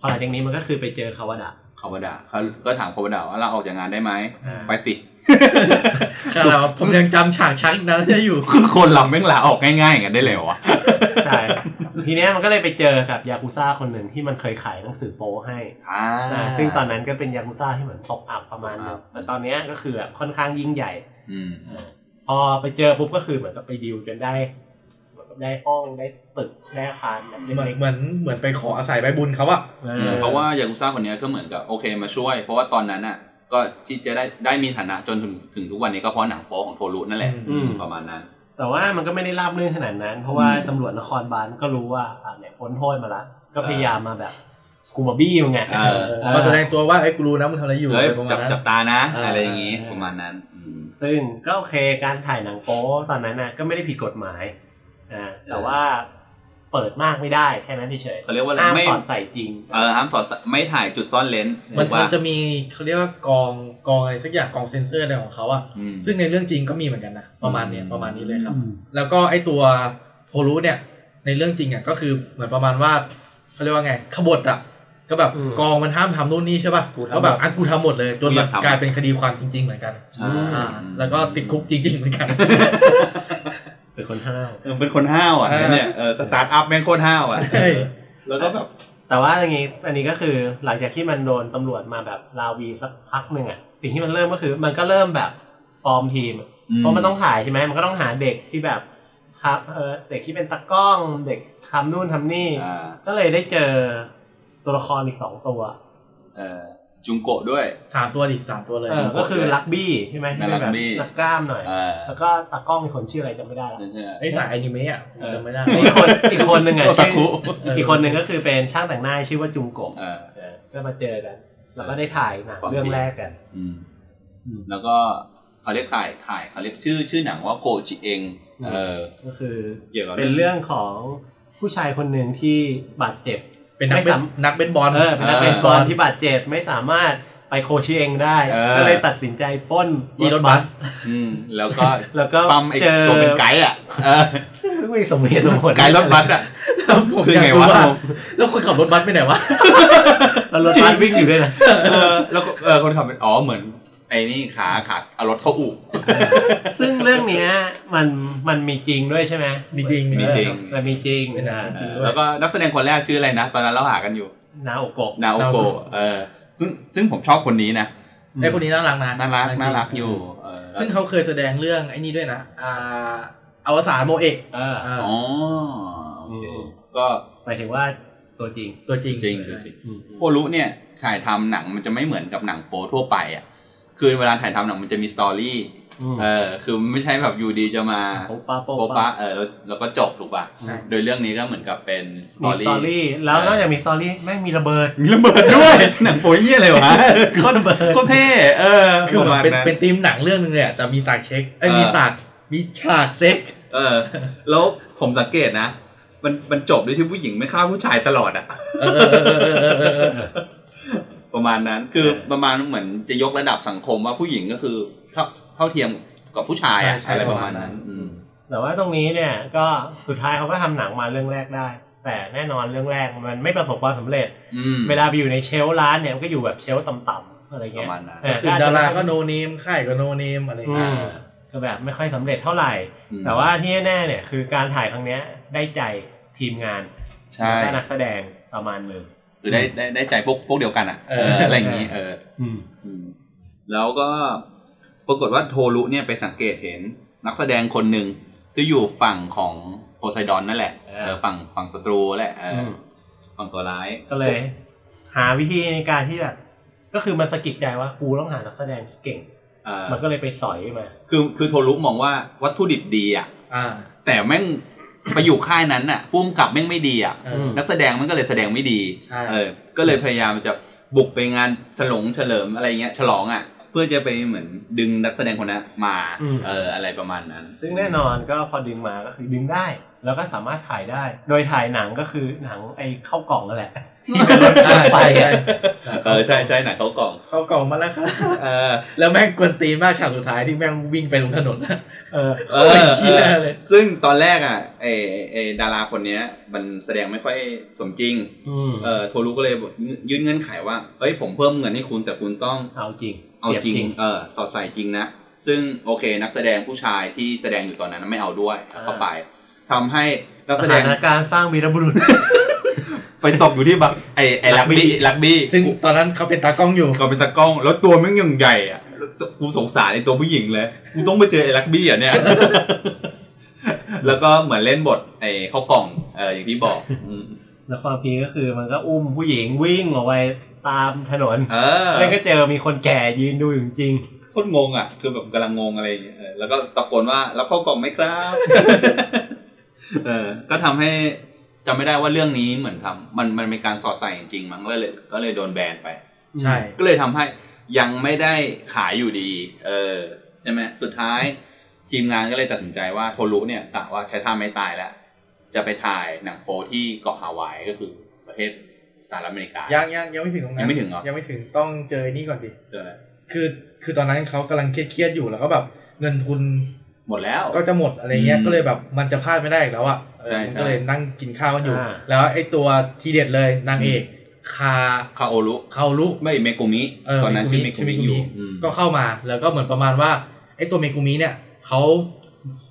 พอหลังจากนี้มันก็คือไปเจอคาวาดะ คาวาดะเขาก็ถามคาวาดะว่าเราออกจากงานได้ไหม อ่า ไปสิ ครับผมยังจำฉากชักนั้นได้อยู่ คือคนลำแม่งลาออกง่ายๆอย่างนั้นได้เลยวะ ใช่ ทีเนี้ยมันก็เลยไปเจอกับยากุซ่าคนหนึ่งที่มันเคยขายหนังสือโป๊ให้ อ่า อ่าซึ่งตอนนั้นก็เป็นยากุซ่าที่เหมือนตกอับประมาณนึ ตกอั ง บ แต่ตอนเนี้ยก็คือแบบค่อนข้างยิ่งใหญ่ อืม อ่าพอไปเจอปุ๊บก็คือเหมือนกับไปดีลจนได้เหมือนกับได้ห้องได้ตึกได้อาคารแบบ เหมือน เล็ก เหมือนเหมือนไปขออาศัยใบบุญเขาอะ ๆออ เพราะว่ายากุซ่าคนเนี้ยก็เหมือนกับโอเคมาช่วย เพราะว่าตอนนั้นอ่ะ ก็ที่จะได้ได้มีฐานะจนถึงถึงทุกวันนี้ก็เพราะหนังโป๊ของโทรุนั่นแหละ อืม ประมาณนั้น แต่ว่ามันก็ไม่ได้ราบรื่นขนาดนั้น เพราะว่า อืม ตำรวจนครบาลก็รู้ว่าอ่าเนี่ยพ้นโทษมาละก็ เออ พยายามมาแบบกูมาบี้มึงไง เออ เออ มาแสดงตัวว่าไอ้ยกูรู้นะมึงทำอะไรอยู่ เฮ้ย อะไรประมาจับณนั้น จับตานะ เอออ อะไรอย่างงี้ เออ ประมาณนั้นอืม ซึ่งก็โอเคการถ่ายหนังโป๊ตอนนั้นนะก็ไม่ได้ผิดกฎหมายนะแต่ว่าเปิดมากไม่ได้แค่นั้นเฉยๆ เขาเรียกว่าอะไร ห้าม ไม่ สอดใส่จริง เออห้ามสอดไม่ถ่ายจุดซ่อนเลนส์ มัน ถูกว่า มันจะมีเขาเรียกว่ากองกองอะไรสักอย่างกองเซ็นเซอร์อะไรของเขาอะ อืม ซึ่งในเรื่องจริงก็มีเหมือนกันนะประมาณเนี้ย อืม ประมาณนี้เลยครับ แล้วก็ไอ้ตัวโทรุเนี่ยในเรื่องจริงอะก็คือเหมือนประมาณว่าเขาเรียกว่าไงขบฏอะก็แบบ อืม กองมันห้ามทำนู่นนี่ใช่ป่ะ กูทำ ก็แบบอันกูทำหมดเลยจนแบบ กูอยากทำ กลายเป็นคดีความจริง ๆ เหมือนกัน ใช่ อ่า อืม แล้วก็ติดคุกจริง ๆ เหมือนกัน เป็นคนห้าว เออเป็นคนห้าวอ่ะ เออ เนี่ยเออสตาร์ทอัพแม่งโคตรห้าวอ่ะ ใช่ แล้วก็แบบ แต่ว่าอย่างงี้อันนี้ก็คือหลังจากที่มันโดนตำรวจมาแบบลาวีสักพักหนึ่งอ่ะสิ่งที่มันเริ่มก็คือ มันก็เริ่มแบบฟอร์มทีม เพราะมันต้องถ่ายใช่ไหมมันก็ต้องหาเด็กที่แบบครับเออเด็กที่เป็นตากล้องเด็กทำนู่นทำนี่ อ่า ก็เลยได้เจอตัวละครอีกสองตัว เออจุงโกะด้วย สามตัวดิสามตัวเลย เออก็คือลักบี้ใช่ไหมที่เป็นแบ ลั บ กบี้ นักกล้ามหน่อย อ่า แล้วก็ตากล้องอีกคนชื่ออะไรจำไม่ได้ละ ใช่ใช่ ไอ้สายอนิเมะอ่ะ เออ จำไม่ได้ อีกคนอีกคนหนึ่งอ่ะ โอตา ชื่อ คุ เอออี อีกคนหนึ่งก็คือเป็นช่างแต่งหน้าชื่อว่าจุงกบ เออ เออก็มาเจอกัน แล้วก็ได้ถ่ายหนัง ความ เรื่องแรกกัน อืม อืม แล้วก็เขาเรียกถ่ายถ่ายเขาเรียกชื่อชื่อหนังว่าโคจิเองเออ ก็คือ เกี่ยวกับ เป็นเรื่องของผู้ชายคนหนึ่งที่บาดเจ็บ เป็นนัก ไม่ เบส สาม นักเบสบอล เออเป็นนักเบสบอลที่บาดเจ็บไม่สามารถไปโคชชิเองได้ ก็เลยตัดสินใจปล้น จีรถบัส อืมแล้วก็ แล้วก็ ปั๊มไอ้ เจอ ตัวเป็นไกด์อ่ะเออ ไม่สมเหตุสมผล ไกด์รถบัสอ่ะ แล้วผม คือ อยาก ไง รู้ วะ ว่าแล้วคนขับรถบัสไปไหนวะ แล้วรถบัสวิ่งอยู่ด้วยนะ เออแล้วก็เออคนขับเป็นอ๋อเหมือน ไอ้นี่ขาขาเอารถเข้าอู่ ซึ่งเรื่องเนี้ยมันมันมีจริงด้วยใช่ไหม มีจริงมี มีจริง มันมีจริง ไม่น่า เอ จริง อ ด้วย แล้วก็นักแสดงคนแรกชื่ออะไรนะ ตอนนั้นเราหากันอยู่ นาโอกบ นาโอโก นาโอโก เออ ซึ่งซึ่งผมชอบคนนี้นะ ไอ้คนนี้น่ารักนะ น่ารัก น่ารักอยู่ เออ ซึ่งเขาเคยแสดงเรื่องไอ้นี่ด้วยนะอ่าอวสานโมเอะ เออ อ่า อ๋อโอเค อืม ก็ หมายถึงว่าตัวจริง ตัวจริง จริงจริงโคลุเนี่ยถ่ายทำหนังมันจะไม่เหมือนกับหนังโปทั่วไปอ่ะ คือเวลาถ่ายทำหนังมันจะมีสตอรี่ อืม เออ คือมันไม่ใช่แบบอยู่ดีจะมา โปะปะโปะ โปะ ปะ ปะเออแล้วแล้วก็จบถูกป่ะ อืม โดยเรื่องนี้ก็เหมือนกับเป็นสต มี อ สตอ รี่ รี่แล้วนอกจากมีสตอรี่แม่งมีระเบิด มีระเบิดด้วย หนังโปเยี่ยเลยวะ โคตรระเบิด โคตรเท่เออ คือเหมือนเป็น ประมาณนั้น เป็นทีมหนังเรื่องนึงเลยอะแต่มีฉากเช็คไอ้ย เออ มีฉากมีฉากเซ็ก เออ แล้วผมสังเกตนะ มันมันจบด้วยที่ผู้หญิงไม่ฆ่าผู้ชายตลอดอะ เออเออเออเออเออเออ ประมาณนั้นคือ เออ ประมาณเหมือนจะยกระดับสังคมว่าผู้หญิงก็คือเท่าเท่าเทียมกับผู้ชายอะ ใช่ อะไรประมาณนั้น ประมาณนั้น อืม แต่ว่าตรงนี้เนี่ยก็สุดท้ายเขาก็ทำหนังมาเรื่องแรกได้ แต่แน่นอนเรื่องแรกมันไม่ประสบความสำเร็จ อืม เวลาไปอยู่ในเชลฟ์ร้านเนี่ยมันก็อยู่แบบเชลฟ์ต่ำๆอะไร ป เงี้ย ระมาณนั้น เออ คือดาราก็โนเนมค่ายก็โนเนมอะไรอย่าง อื เงี้ย มก็แบบไม่ค่อยสำเร็จเท่าไหร่ อืม แต่ว่าที่แน่ๆเนี่ยคือการถ่ายครั้งเนี้ยได้ใจทีมงาน ใช่ และนักแสดงประมาณหนึ่ง คือได้ได้ได้ใจพวกพวกเดียวกันอะ เอ เอ อ ออะไรอย่างนี้เออ อืม อืมแล้วก็ปรากฏว่าโทรุเนี่ยไปสังเกตเห็นนักแสดงคนหนึ่งที่อยู่ฝั่งของโพไซดอนนั่นแหละ เออ เออฝั่งฝั่งศัตรูแหละเอออ ม ฝั่งตัวร้าย ก็เลย หาวิธีในการที่แบบก็คือมันสะกิดใจว่ากูต้องหานักแสดงเก่ง เออ มันก็เลยไปสอยมา คือคือโทรุมองว่าวัตถุดิบดีอ่ะ อ่า แต่แม่ง ไปอยู่ค่ายนั้นอ่ะพุ่มกับแม่งไม่ดีอ่ะ เออ นักแสดงมันก็เลยแสดงไม่ดี ใช่ เออ ก็เลยพยายามจะบุกไปงานฉลองเฉลิมอะไรเงี้ย ฉลองอ่ะ เพื่อจะไปเหมือนดึงนักแสดงคนนั้นมา อืม เออ อะไรประมาณนั้น ซึ่งแน่นอนก็พอดึงมาก็คือดึงได้ แล้วก็สามารถถ่ายได้ โดยถ่ายหนังก็คือหนังไอ้เข้ากล่องนั่นแหละ ที่เป็นรถ ใช่ ไป ใช่ อะ ใช่ เออ ใช่ใช่หนังเขากล่อง เขากล่องมาแล้วครับ เออ แล้วแม่งกวนตีนมากฉากสุดท้ายที่แม่งวิ่งไปตรงถนนนะ เออ เออเอโคตรเหี้ย อ เลย ซึ่งตอนแรกอ่ะไอไอดาราคนเนี้ย มันแสดงไม่ค่อยสมจริง อืม เออ โทรุก็เลยบอกยื่นเงื่อนไขว่า เฮ้ย ผมเพิ่มเงินให้คุณแต่คุณต้อง เอาจริง เอาจริ สียบ ง เออ สอดใส่จริงนะ ซึ่งโอเค นักแสดงผู้ชายที่แสดงอยู่ตอนนั้นไม่เอาด้วย อ่า เข้าไปทำให้นัก ส แสด ถาง นการณ์สร้างวีรบุรุษ ไปตกอยู่ที่แบบไอไอลักบี้ลักบี้ ซึ่งตอนนั้นเขาเป็นตากล้องอยู่ ก็เป็นตากล้อง แล้วตัวแม่งยังใหญ่อะกูสงสารไอตัวผู้หญิงเลย กูต้องไปเจอไอลักบี้อ่ะเนี่ย แล้วก็เหมือนเล่นบทไอเข้ากล่อง เอออย่างที่ บอกอืม แล้วความพีคก็คือมันก็อุ้มผู้หญิงวิ่งออกไปตามถนน เออ แล้วก็เจอมีคนแก่ยืนดูอยู่จริง โคตรงงอ่ะ คือแบบกำลังงงอะไรอย่างเงี้ยเออแล้วก็ตะโกนว่ารับเข้ากล่องไหมครับ เออก็ทำให้จำไม่ได้ว่าเรื่องนี้เหมือนทำมันมันเป็นการสอดใส่จริงมั้งก็เลย ก็เลยโดนแบนไป ๆ ใช่ ก็เลยทำให้ยังไม่ได้ขายอยู่ดี เออใช่ไหมสุดท้ายทีมงานก็เลยตัดสินใจว่าโทรุเนี่ยกะว่าใช้ท่าไม่ตายแล้ว จะไปถ่ายหนังโปที่เกาะฮาวายก็คือประเทศสหรัฐอเมริกา ยังยังยังไม่ถึงตรงนั้น ยังไม่ถึงเหรอ ยังไม่ถึงต้องเจอไอนี่ก่อนดิ เจออะไร คือคือตอนนั้นเขากำลังเครียดๆอยู่แล้วก็แบบเงินทุน หมดแล้ว ก็จะหมดอะไรเงี้ย อืม ก็เลยแบบมันจะพลาดไม่ได้อีกแล้วอ่ะเออ ใช่ใช่ มันก็เลยนั่งกินข้าวกันอยู่ า แล้วไอ้ตัวทีเด็ดเลยนางเอกคา คาโอรุ คาโอรุ ไม่เมกุมิ เออ ตอนนั้นชื่อเม เมกุ กุ มิ มิ ชื่ออเมกุมิ ยู่อืม ก็เข้ามาแล้วก็เหมือนประมาณว่าไอ้ตัวเมกุมิเนี่ยเขา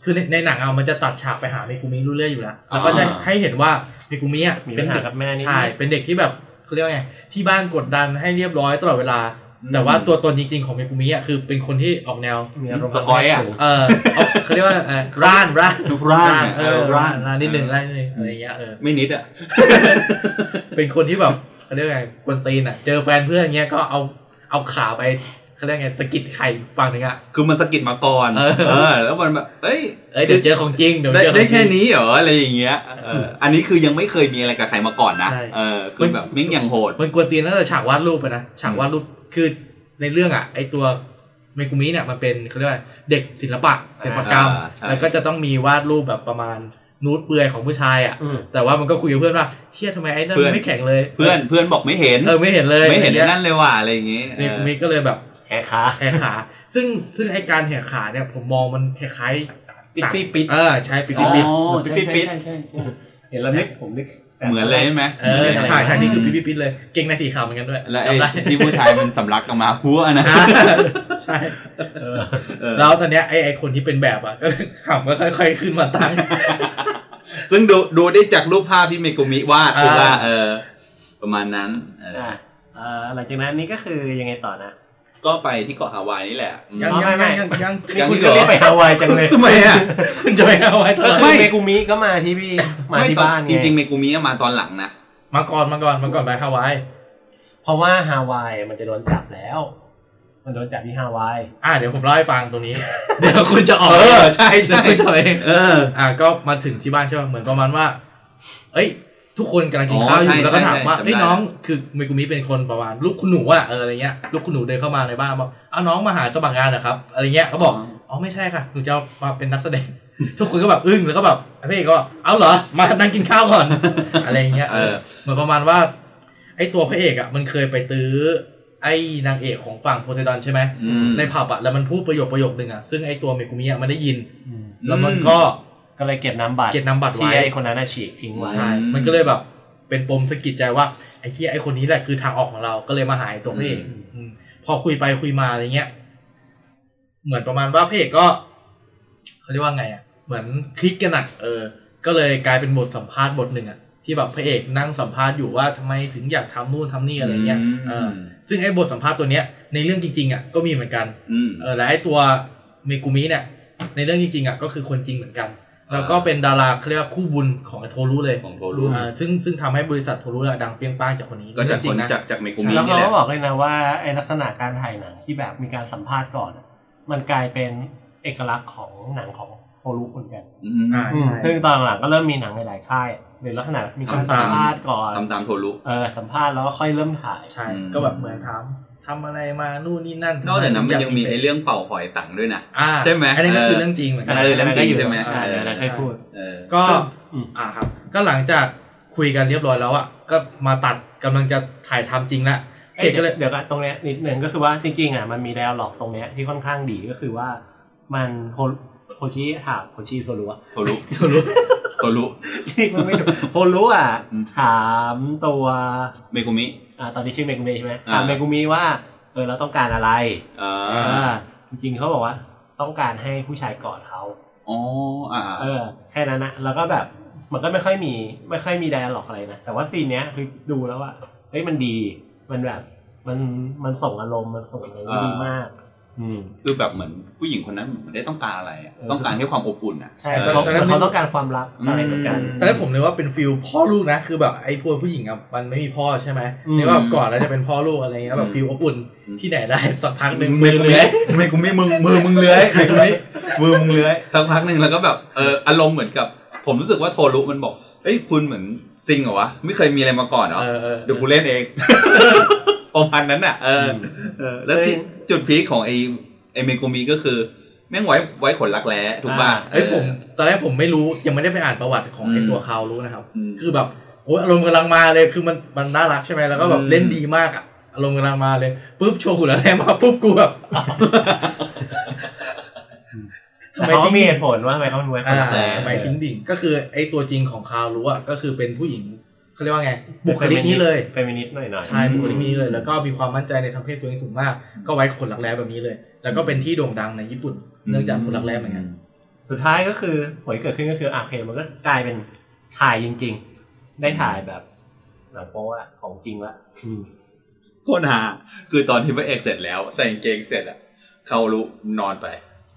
คือในในหนังเอามันจะตัดฉากไปหาเมกุมิรู้เรื่อยอยู่แล้วแล้วก็จะ อ่า ให้เห็นว่าเมกุมิอ่ะ มี เป็ ปั น ญหา เด็ก กับแม่นี่ ใช่ เป็นเด็กที่แบบเขาเรียกว่าไง ที่บ้านกดดันให้เรียบร้อยตลอดเวลา อืม แต่ว่าตัวตนจริงๆของเมกุมิอ่ะคือเป็นคนที่ออกแนว มีารมณ์ สกอยอะ เออเอาเขาเรียกว่าเอ่อ ร่านร่าน ร่าน เออร่านร่านนิดหนึ่งร่านนิดหนึ่งอะไรอย่างเงี้ยเออ ไม่ นิดอ่ะ เป็นคนที่แบบเขาเรียกว่าไงกวนตีนอ่ะ เจอแฟนเพื่อนเงี้ยก็เอาเอาขาไปเขาเรียกไงสะกิดไข่ฝั่งหนึ่งอ่ะ คือมันสะกิดมาก่อน เออ เออ แล้วมันแบบเอ้ย เอ้ยเดี๋ยวเจอของจริงเดี๋ยว ได้ เจอของจ ได้ ริง แค่นี้เหรออะไรอย่างเงี้ยเอออันนี้คือยังไม่เคยมีอะไรกับใครมาก่อนนะ ใช่ เออคือแบบมิ่งอย่างโหด มันกวนตีนตั้งแต่ฉากวาดรูปอะนะฉากวาดรูปคือในเรื่องอ่ะไอตัวเมกุมิเนี่ยมันเป็นเขาเรียกว่าเด็กศิลปะศิลปกรรม อ่าใช่ แล้วก็จะต้องมีวาดรูปแบบประมาณนูดเปลือยของผู้ชายอ่ะ อืม แต่ว่ามันก็คุยกับเพื่อนว่าเชี่ยทำไมไอ้นั่นไม่แข็งเลย เพื่อนเพื่อนบอกไม่เห็น เออไม่เห็นเลย ไม่เห็น อะ ไอ้ รงี้ย นั่นเลยว่ะอะไรอย่างเงี้ย เมกุมิก็เลยแบบ แขนขา แหกขา ซึ่งซึ่งไอการแหกขาเนี่ยผมมองมันคล้าย ปิดปิดปิด ๆเออใช่ปิดปิดปิด ปิดปิดปิดเห็นแล้วนึกผมนึก เหมือนเลยใช่ไหม เออใช่ใช่นี่คือปิดปิดปิดเลยเก่งในสีขาวเหมือนกันด้วย และไอ้ จำด้ ที่ผู้ชายมันสำลักออกมาพัวนะ ใช่ เออ เออ แล้วตอนเนี้ยไอ้ไอ้คนที่เป็นแบบอ่ะ ก็ขำก็ค่อยๆขึ้นมาตั้ง ซึ่งดูดูได้จากรูปภาพที่เมกุมิวาด อ่า ถูกป่ะเออ ประมาณนั้นเออ อ่ะเอ่อหลังจากนั้นนี่ก็คือยังไงต่อนะ ก็ไปที่เกาะฮาวายนี่แหละอืม ยัง อ๋อ ยัง ไม่ ยัง ไม่ ยังยัง ยั ง คุณ อีกเหร ก็ อ รีบไปฮาวายจังเลย ทำไมอ่ะ คุณจะไปเอาไว้ตล ก็ อด คือเมกุมิก็มาที่พี่มาที่ ไตอ บ้านไง จริงๆเมกุมิมาตอนหลังนะ มาก่อนมาก่อนมาก่อนไปฮาวาย เพราะว่าฮาวายมันจะโดนจับแล้ว มันโดนจับที่ฮาวาย อ่ะเดี๋ยวผมเล่าให้ฟังตรงนี้ เดี๋ยว คุณจะออก เออใช่ใช่ เดี๋ยวคุณจะออกเอง เออ อ่ะก็มาถึงที่บ้านใช่ป่ะเหมือนประมาณว่า เอ้ย ทุกคนกำลังกินข้าวอ อ๋อใช่ ยู่แล้วก็ ใช่ ถามว่า ใช่จำได้ เอ้ยน้องคือเมกุมิเป็นคนประมาณลูกคุณหนูอ่ะเอออะไรเงี้ยลูกคุณหนูเดินเข้ามาในบ้านบอกอ้าวน้องมาหาสมัครงานเหรอครับอะไรเงี้ยเขาบอก อ๋อไม่ใช่ค่ะ หนูจะมาเป็นนักแสดง ทุกคนก็แบบอึ้งแล้วก็แบบพระเอกก็บอกเอาเหรอ มานั่งกินข้าวก่อน อะไรอย่างเงี้ย เออ เหมือนประมาณว่า ไอ้ตัวพระเอกอ่ะมันเคยไปตื้อ ไอ้นางเอกของฝั่งโพไซดอนใช่ไหม อืม ในผับอ่ะแล้วมันพูดประโยคประโยคนึงอ่ะซึ่งไอ้ตัวเมกุมิอ่ะมันได้ยิน อืม แล้วมันก็ ก็เลยเก็บน้ำบัตร เก็บนำบัตร ที่ ไว้ ไอ้คนนั้นน่ะฉีกทิ้งไว้ ใช่มันก็เลยแบบ เป็นปมสะกิดใจว่าไอ้เหียไอ้คนนี้แหละคือทางออกของเราก็เลยมาหายตัวพระเอก อืม อืมพอคุยไปคุยมาอะไรเงี้ย เหมือนประมาณว่าพระเอกก็เขาเรียกว่าไงอ่ะ เหมือนคลิกกันอ่ะเออ ก็เลยกลายเป็นบทสัมภาษณ์บทหนึ่งอ่ะที่แบบพระเอกนั่งสัมภาษณ์อยู่ว่าทำไมถึงอยากทำนู่นทำนี่อะไรเงี้ย อืม เออซึ่งไอ้บทสัมภาษณ์ตัวเนี้ยในเรื่องจริงๆอ่ะก็มีเหมือนกัน อืม เออและไอ้ตัวเมกุมิเนี่ย ในเรื่องจริงๆอ่ะก็คือคนจริงเหมือนกัน แล้วก็เป็นดาราเขาเรียกว่าคู่บุญของโทรุเลย ของโทรุ อ่าซึ่งซึ่งทำให้บริษัทโทรุอะดังเปรี้ยงป้างจากคนนี้ ก็จาก จ ค ริ น งๆนะ จากจากเมกุมิ แล้วเขานี่แห ก็ ละ บอกเลยนะว่าไอ้ลักษณะการถ่ายหนังที่แบบมีการสัมภาษณ์ก่อนอะมันกลายเป็นเอกลักษณ์ของหนังของโฮลุเหมือนกัน อืม อ่าใช่ ซึ่งตอนหลังก็เริ่มมีหนังหลายๆค่ายเป็นลักษณะมีการสัมภาษณ์ก่อน ตามตามโทรุ เออสัมภาษณ์แล้วก็ค่อยเริ่มถ่าย ใช่ อืม ก็แบบเหมือนถามทำอะไรมา นู่นนี่นั่น นอกจากนั้นมันยังมี าก ไอ้เรื่องเป่าหอยตังด้วยนะ อ่า ใช่ไหม อันนี้ก็คือ เออ เรื่องจริงเหมือนกั เออเรื่องจริงใช่ไหม อ่าเดี๋ยวเราเคยพูด เออ ก็ อืม อ่าครับ ก็หลังจากคุยกันเรียบร้อยแล้วอ่ะ ก็มาตัดกำลังจะถ่ายทำจริงละ เอ้ย เอกก็เลย เดี๋ยวก่อนตรงเนี้ยนิดหนึ่งก็คือว่าจริงๆอ่ะมันมีไดอะล็อกตรงเนี้ยที่ค่อนข้างดีก็คือว่ามันโฮโฮชิถามโฮชิโทรุอะ โทรุ โทรุ โทรุ เรียกมันไม่ถูกโฮรุอ่ะ อืม ถามตัว เมกุมิ อ่าตอนนี้ชื่อเมกุมิใช่ไหม อ่า ถามเมกุมิว่าเออเราต้องการอะไร อ่า เออจริงๆเขาบอกว่าต้องการให้ผู้ชายกอดเขา อ๋ออ่า เออ แค่นั้นนะแล้วก็แบบมันก็ไม่ค่อยมีไม่ค่อยมีไดอะล็อกอะไรนะแต่ว่าซีนเนี้ยคือดูแล้วว่าเฮ้ยมันดีมันแบบ มันมันส่งอารมณ์มันส่งอะไรได้ดีมาก อืม คือแบบเหมือนผู้หญิงคนนั้นเหมือนได้ต้องการอะไรอะต้องการแค่ความอบอุ่นอ่ะ ใช่ เออ เขา แต่ละ เขาต้องการความรักอะไรเหมือนกัน อื ตอนแรกผมเลยว่าเป็นฟิลพ่อลูกนะ คือแบบไอ้พวกผู้หญิงอ่ะ มันไม่มีพ่อใช่ไหม อืม นึกว่าก่อนแล้วจะเป็นพ่อลูกอะไรเงี้ย แบบฟิลอบอุ่น อืม ที่ไหนได้สักพักหนึ่ง เม มือ กุ เล มิ ย เมกุมิมึงมือมึงเลื้อยเมกุมิมือมึงเลื้อยสักพักหนึ่งแล้วก็แบบเอออารมณ์เหมือนกับ ผมรู้สึกว่าโทรุมันบอกเอ้ยคุณเหมือนซิงเหรอวะไม่เคยมีอะไรมาก่อนเหรอ เออเออ เดี๋ยวกูเล่นเอง ประมาณนั้นอ่ะ เออเออ แล้วที่จุดพีคของไอไอเมกุมิก็คือ แม่งไว้ไว้ขนรักแร้ถูกป่ะ อ่า เอ้ยผม ตอนแรกผมไม่รู้ยังไม่ได้ไปอ่านประวัติของไอ้ตัวเขารู้นะครับ คือแบบโอ้ยอารมณ์กำลังมาเลยคือมันมันน่ารักใช่ไหมแล้วก็แบบ อืม เล่นดีมากอะอารมณ์กำลังมาเลยปุ๊บโชว์หุ่นอะไรมาปุ๊บกูแบบ ทำ แต่ ไม เขา จ ก็ ริง มีเหตุผลว่าทำไมเขาถึงไว้คน อ่า รักแร้ ทำไมทิ้งดิ่งก็คือไอ้ตัวจริงของคาวรู้อะก็คือเป็นผู้หญิงเขาเรียกว่าไง บุคลิกนี้เลย เฟมินิสต์หน่อยๆ ใช่บุคลิกนี้เลย แล้วก็มีความมั่นใจในทางเพศตัวเองสูงมาก ก็ไว้ขนหลักแร้แบบนี้เลย แล้วก็เป็นที่โด่งดังในญี่ปุ่นเนื่องจากขนหลักแร้เหมือนกัน สุดท้ายก็คือผลที่เกิดขึ้นก็คืออ่ะโอเคมันก็กลายเป็นถ่ายจริง ๆ ได้ถ่ายแบบหนังโป๊อะของจริงละ อืม โคตรหาคือตอนที่พระเอกเสร็จแล้ว ใส่กางเกงเสร็จอะเขารู้นอนไป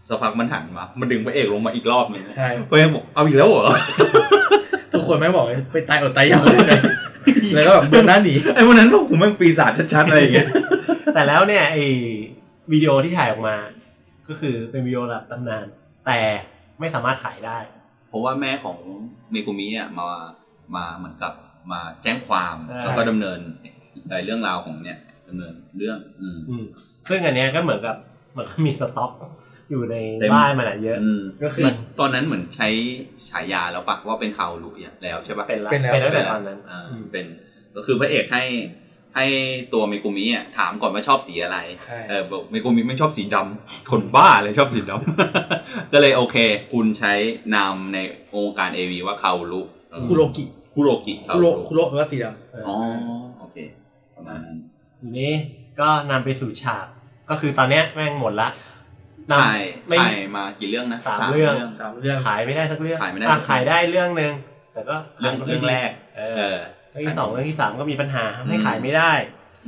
สักพักมันหันมา มันดึงพระเอกลงมาอีกรอบหนึง ใช่ พระเอกบอกเอาอีกแล้วเหรอ ทุกคนไม่บอกเลยไปตายอดตายอยากเลยนะแล้วก็แบบเบือนหน้าหนี ไอ้วันนั้นบอกผมแม่งปีศาจชัดๆอะไรอย่างเงี้ย แต่แล้วเนี่ยไอวิดีโอที่ถ่ายออกมา ก็คือเป็นวิดีโอระดับตำนาน แต่ไม่สามารถขายได้ เพราะว่าแม่ของเมกุมิเนี่ยมามาเหมือนกับมาแจ้งความ ใช่ แล้วก็ดำเนินในเรื่องราวของเนี่ยดำเนินเรื่องอืม อืมซึ่งอันเนี้ยก็เหมือนกับมันก็มีสต็อกอยู่ใน เต็ม บ้านมันอะเยอะ อืม ก็คือ มันตอนนั้นเหมือนใช้ฉายาแล้วปะว่าเป็นคาวลุยแล้วใช่ปะ เป็นละ เป็นเป็นแล้วตั้งแต่ตอนนั้น อ่า อืม เป็นก็คือพระเอกให้ให้ตัวเมกุมิอ่ะถามก่อนว่าชอบสีอะไร ใช่ เออบอกเมกุมิไม่ชอบสีดำคนบ้าเลยชอบสีดำ ก็เลยโอเค คุณใช้นามในองค์การ AV ว่าคาลุเออ คุโรกิ คุโรกิ คุโรคุโรแปลว่าสีด เออ อ๋อโอเคประมาณนั้น ทีนี้ก็นำไปสู่ฉาก ก็คือตอนเนี้ยแม่งหมดละนำ ถ่าย ไม่ ถ่ายมากี่เรื่องนะ สามเรื่อง ำสามเรื่อง ขายไม่ได้สักเรื่อง ขายไม่ได้ อ่ะขายได้เรื่องหนึ่งแต่ก็ เรื่องเรื่องแรก เอ เอ อ อ เรื่องที่สองเรื่องที่สามก็มีปัญหา อืม ไม่ขายไม่ได้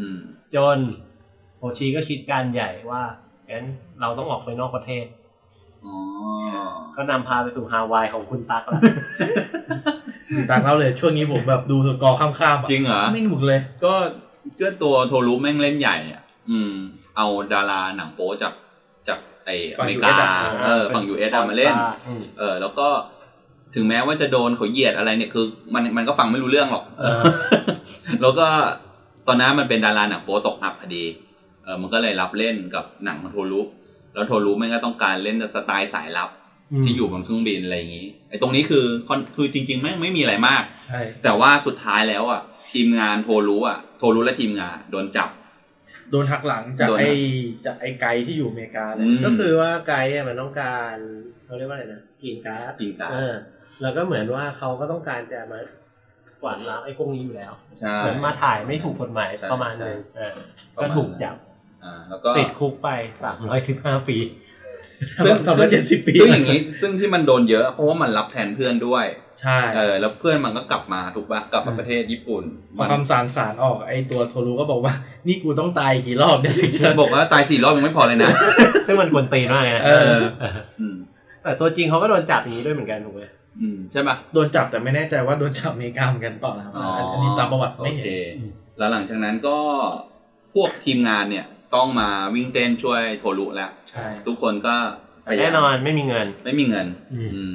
อืม จนโฮชีก็คิดการใหญ่ว่างั้นเราต้องออกไปนอกประเทศ อ๋อ ก็นำพาไปสู่ฮาวายของคุณตักละ ต่างเล่าเลยช่วงนี้ผมแบบดูสกอร์ข้ามๆอะ จริงเหรอ ไม่หนุกเลย ก็เจ้าตัวโทรุแม่งเล่นใหญ่อะอืม เอาดาราหนังโป๊จากจากไออ ฝั่ง เมริ US กา อะ เออฝั่งยูเอสมาเล่น อืม เออ แล้วก็ถึงแม้ว่าจะโดนเขาเหยียดอะไรเนี่ยคือ มันมันก็ฟังไม่รู้เรื่องหรอก เออ แล้วก็ตอนนั้นมันเป็นดาราหนังโป๊ตกอับพอดี เออมันก็เลยรับเล่นกับหนังของโทรุแล้วโทรุแม่งก็ต้องการเล่นสไตล์สายลับ ที่อยู่บนเครื่องบินอะไรอย่างนี้ไอตรงนี้คือคอนคือจริงๆแม่งไม่มีอะไรมาก ใช่ แต่ว่าสุดท้ายแล้วอ่ะทีมงานโทรู้อ่ะโทรู้และทีมงานโดนจับ โดนหักหลังจาก โดนหัก ไอ้จากไอ้ไกด์ที่อยู่อเมริกาเลย อืม ก็คือว่าไกด์อะมันต้องการเขาเรียกว่าอะไรนะกรีนการ์ด จริงจัง เออ แล้วก็เหมือนว่าเขาก็ต้องการจะมากวาดล้างไอ้พวกนี้อยู่แล้ว ใช่ เหมือนมาถ่ายไม่ถูกกฎหมาย ใช่ ประมาณหนึงเออก็ถูกจับ อ่าแล้วก็ ติดคุกไปสามร้อยสิบห้าปี ซึ่งสำ หรับเจ็ดสิบปี ซึ่งอย่างนี้ซึ่งที่มันโดนเยอะ เพราะว่ามันรับแทนเพื่อนด้วย ใช่ เออ แล้วเพื่อนมันก็กลับมาถูกปะกลับมาประเทศญี่ปุ่น พ มั อนคำสารสารออกไอ้ตัวโทรูก็บอกว่า นี่กูต้องตายกี่รอบเนี่ย ถึงจะ บอกว่าตายสี่รอบยังไม่พอเลยนะ ซึ่งมันกวนตีนมากเลยนะ เออ เออ อืม แต่ตัวจริงเขาก็โดนจับอย่างนี้ด้วยเหมือนกันถูกไหม อืมใช่ปะ โดนจับแต่ไม่แน่ใจว่าโดนจับอเมริกาเหมือนกันเปล่านะครับอันอันนี้ตามประวัติไม่เห็น โอเคแล้วหลังจากนั้นก็พวกทีมงานเนี่ย ต้องมาวิ่งเต้นช่วยโทรุแล้ว ใช่ ทุกคนก็พยายาม แน่นอนไม่มีเงิน ไม่มีเงิน อืม อืม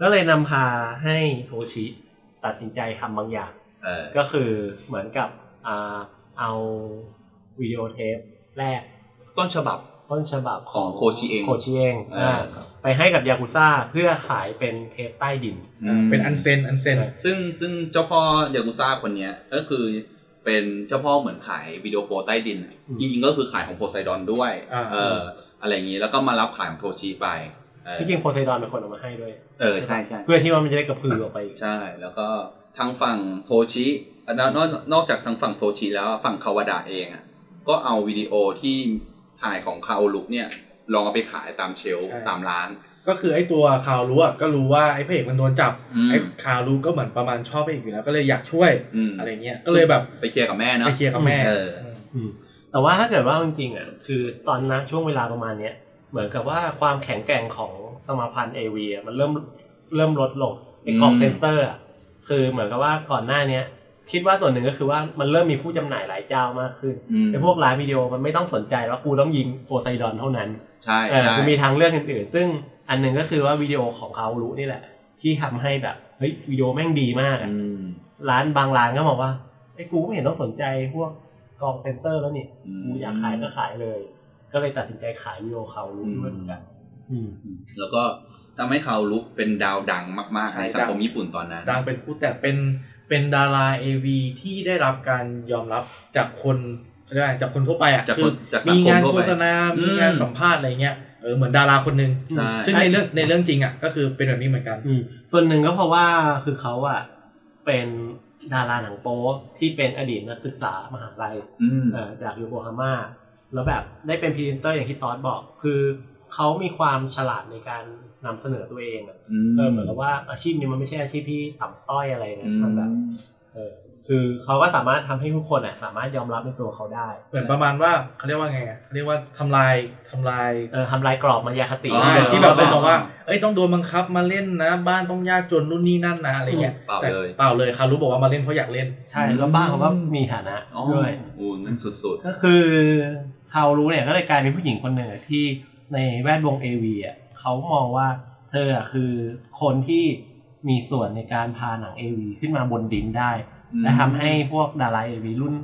ก็เลยนำพาให้โทชิตัดสินใจทำบางอย่าง เออ ก็คือเหมือนกับอ่าเอาวิดีโอเทปแรก ต้นฉบับ ต้นฉบับ ของโคชิเอง โคชิเอง เอออ่ าไปให้กับยากุซ่าเพื่อขายเป็นเทปใต้ดิน ม เป็นอันเซนอันเซน ซึ่งซึ่งเจ้าพ่อยากุซ่าคนเนี้ยก็คือเป็นเจ้าพ่อเหมือนขายวิดีโอโปรใต้ดินอะ อืม จริงๆก็คือขายของโพไซดอนด้วย อ่า เอออะไรอย่างนี้แล้วก็มารับขายของโทชิไปเออ ที่จริงโพไซดอนเป็นคนเอามาให้ด้วย เออใช่ใช่ เพื่อที่ว่ามันจะได้กระพือออกไปอีก ใช่ แล้วก็ทางฝั่งโทชิอ่ะนอกนอกนอกจากทางฝั่งโทชิแล้วฝั่งคาวาดะเองอ่ะก็เอาวิดีโอที่ถ่ายของคาโอลุกเนี่ยลองเอาไปขายตามเชลฟ์ ใช่ ตามร้าน ก็คือไอ้ตัวข่าวรู้อ่ะก็รู้ว่าไอ้พระเอกมันโดนจับ อืม ไอ้ข่าวรู้ก็เหมือนประมาณชอบพระเอกอยู่แล้วก็เลยอยากช่วย อืม อะไรเงี้ยก็เลยแบบ ไปเคลียร์กับแม่เนาะ ไปเคลียร์กับแม่ เออ อืมแต่ว่าถ้าเกิดว่าจริงๆอ่ะคือตอนนั้นช่วงเวลาประมาณเนี้ยเหมือนกับว่าความแข็งแกร่งของสมาพันธ์เอวีมันเริ่มเริ่มลดลงไอ้กล่อง อืม เซนเตอร์อ่ะคือเหมือนกับว่าก่อนหน้าเนี้ยคิดว่าส่วนหนึ่งก็คือว่ามันเริ่มมีผู้จำหน่ายหลายเจ้ามากขึ้น อืม ไอ้พวกร้านวิดีโอมันไม่ต้องสนใจว่ากูต้องยิงโพไซดอนเท่านั้น ใช่ เออ ใช่ คือมีทางเลือกอื่นๆ ซึ่งอันหนึ่งก็คือว่าวิดีโอของเขารู้นี่แหละ ที่ทำให้แบบเฮ้ยวิดีโอแม่งดีมากอะ อืม ร้านบางร้านก็บอกว่าไอ้กูไม่เห็นต้องสนใจพวกกองเซนเตอร์แล้วนี่ อืม กูอยากขายก็ขายเลย ก็เลยตัดสินใจขายวิดีโอเขารู้ด้วยเหมือนกันอืม แล้วก็ทำให้เขาลุกเป็นดาวดังมาก ๆ ใช่ ในสังคมญี่ปุ่นตอนนั้น ดังเป็นผู้แต่เป็นเป็นดาราเอวีที่ได้รับการยอมรับจากคนเขาเรียกว่าจากคนทั่วไปอ่ะ จาก คื ค อน จากสังคม มีงาน ทั่วไป โฆษณา มีงาน อืม สัมภาษณ์อะไรเงี้ยเออเหมือนดาราคนหนึ่ง ใช่ ซึ่งในเรื่องในเรื่องจริงอ่ะก็คือเป็นแบบนี้เหมือนกัน อืมส่วนหนึ่งก็เพราะว่าคือเขาอะเป็นดาราหนังโป๊ที่เป็นอดีตนักศึกษามหาลัย อืม เอ่อจากโยโกฮาม่าแล้วแบบได้เป็นพรีเซนเตอร์อย่างที่ตอสบอก คือ เขามีความฉลาดในการนำเสนอตัวเองอะ อืม เออเหมือนกับว่าอาชีพนี้มันไม่ใช่อาชีพที่ต่ำต้อยอะไรนะ อืม มันแบบเออคือเขาก็สามารถทำให้ทุกคนอ่ะสามารถยอมรับในตัวเขาได้ เหมือนประมาณว่าเขาเรียกว่าไงอะเขาเรียกว่าทำลายทำลาย เออทำลายกรอบมายาคติ ใช่ เดิม ที่แบบเป็นบอกว่า เอ้ยต้องโดนบังคับมาเล่นนะ บ้านต้องยากจนนู่นนี่นั่นนะอะไรเงี้ย เปล่า แต่ เลย เปล่าเลยคารุบอกว่ามาเล่นเพราะอยากเล่น ใช่แล้วบ้านเขาก็มีฐานะ อ๋อ ด้วย โอ้นั่นสุด ก็คือเขารู้เนี่ยก็เลยกลายเป็นผู้หญิงคนหนึ่งอะที่ในแวดวง AV อ่ะเขามองว่าเธออะคือคนที่มีส่วนในการพาหนัง AV ขึ้นมาบนดินได้ อืม และทำให้พวกดารา AV รุ่น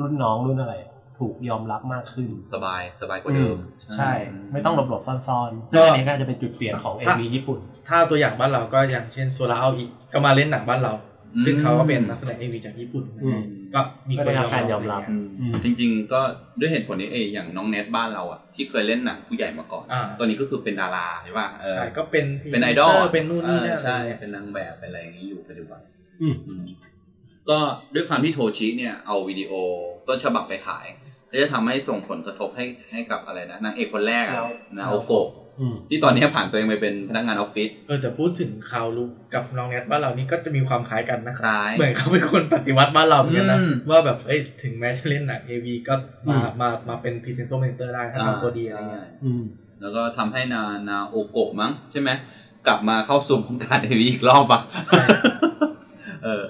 รุ่นน้องรุ่นอะไร ถูกยอมรับมากขึ้น ๆ สบายสบายกว่าเดิม ใช่ ไม่ต้องหลบหลบๆซ่อนๆซึ่งอันนี้ก็จะเป็นจุดเปลี่ยนของ AV ญี่ปุ่น ถ้าตัวอย่างบ้านเราก็อย่างเช่นโซลาเอาอีกก็มาเล่นหนังบ้านเรา อืม ซึ่งเขาก็เป็นนักแสดงเอวีจากญี่ปุ่นนะ อืม ก็มีคนยก็ได้อมรับการยอมรับ ะไเงี้ อืม อืม จริง ๆ ก็ด้วยเหตุผลนี้เองอย่างน้องเน็ตบ้านเราอะที่เคยเล่นหนังผู้ใหญ่มาก่อน อ่า ตอนนี้ก็คือเป็นดาราใช่ป่ะเออ ใช่ก็เป็น เป็นไอดอล เป็นนู่นนี่นั่น เออใช่ อะไรเงี้ย เป็นนางแบบเป็นอะไรอย่างนี้อยู่ปัจจุบัน อืม อืมก็ด้วยความที่โทชิเนี่ยเอาวิดีโอต้นฉบับไปขายก็จะทำให้ส่งผลกระทบให้ให้กับอะไรนะนางเอกคนแรกอะนาโอโกะ อืม ที่ตอนนี้ผ่านตัวเองไปเป็นพนักงานออฟฟิศ เออแต่พูดถึงคาวลุกกับน้องแนทบ้านเรานี่ก็จะมีความคล้ายกันนะ คล้าย เหมือนเขาเป็นคนปฏิวัติบ้านเราเหมือนกันนะ อืม ว่าแบบเอ้ยถึงแม้จะเล่นหนังเอวีก็มามามาเป็นพรีเซนต์เมนเตอร์ได้ถ้า อ่า ทำตัวดีอะไรเงี้ย ใช่ อืม แล้วก็ทำให้นานาโอโกะมั้ง ใช่ไหมกลับมาเข้าสู่วงการเอวีอีกรอบอ่ะ เออ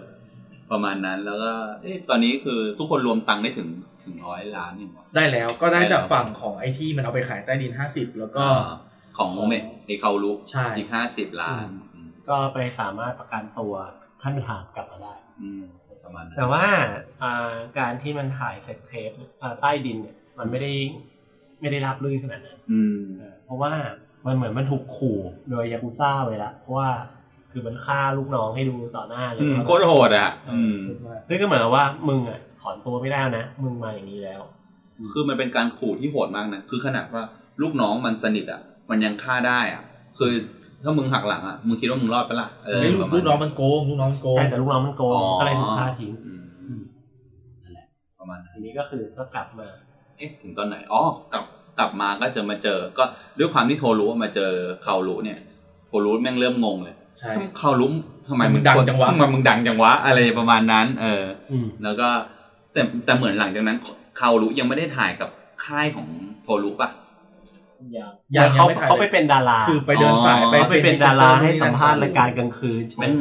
ประมาณนั้นแล้วก็เอ๊ะตอนนี้คือทุกคนรวมตังค์ได้ถึงถึงร้อยล้านอยู่วะ ได้แล้วก็ได้ ได้แล้ว จากฝั่งของไอที่มันเอาไปขายใต้ดิน 50 แล้วก็ ของเมฆเอคาลุ ใช่ อีกห้าสิบล้าน ก็ไปสามารถประกันตัวท่านประธานกลับมาได้ อืมประมาณนั้น แต่ว่าอ่าการที่มันถ่ายเสร็จเทปอ่าใต้ดินเนี่ยมันไม่ได้ไม่ได้รับรื่นขนาดนั้น อืม เออเพราะว่ามันเหมือนมันถูกขู่โดยยากุซ่าไว้ละเพราะว่าคือมันฆ่าลูกน้องให้ดูต่อหน้าเลย อืมโคตรโหดอ่ะ อืม ซึ่งก็เหมือนว่ามึงอ่ะถอนตัวไม่ได้นะ มึงมาอย่างนี้แล้ว คือมันเป็นการขู่ที่โหดมากนะ คือขนาดว่าลูกน้องมันสนิทอ่ะ มันยังฆ่าได้อ่ะ คือถ้ามึงหักหลังอ่ะ มึงคิดว่ามึงรอดปะล่ะเออ ไอ้ยลู ป ก ระมาณ ลูกน้องมันโกงลูกน้องมันโกง ใช่แต่ลูกน้องมันโกง อ๋อ ก็เลยถูกฆ่าทิ้ง อืม อืม นั่นแหละประมาณ ทีนี้ก็คือก็กลับมา เอ๊ะถึงตอนไหน อ๋อ กลับ กลับมาก็จะมาเจอ ก็ด้วยความที่โทรู้ว่ามาเจอคารุเนี่ย โทรู้แม่งเริ่มงงเลย ใช่ ทำไมคารุทำไม มึงดังจังวะ ทำไมมึงดังจังวะ อะไรประมาณนั้น เออ อืม แล้วก็แต่แต่เหมือนหลังจากนั้นคารุยังไม่ได้ถ่ายกับค่ายของโทรู้ป่ะ อย่าง ยัง เขา ยังไม่ถ่าย เขาไปเป็นดารา คือไปเดินสายไป เขาไปเป็นดาราให้สัมภาษณ์รายการกลางคืน แม่ง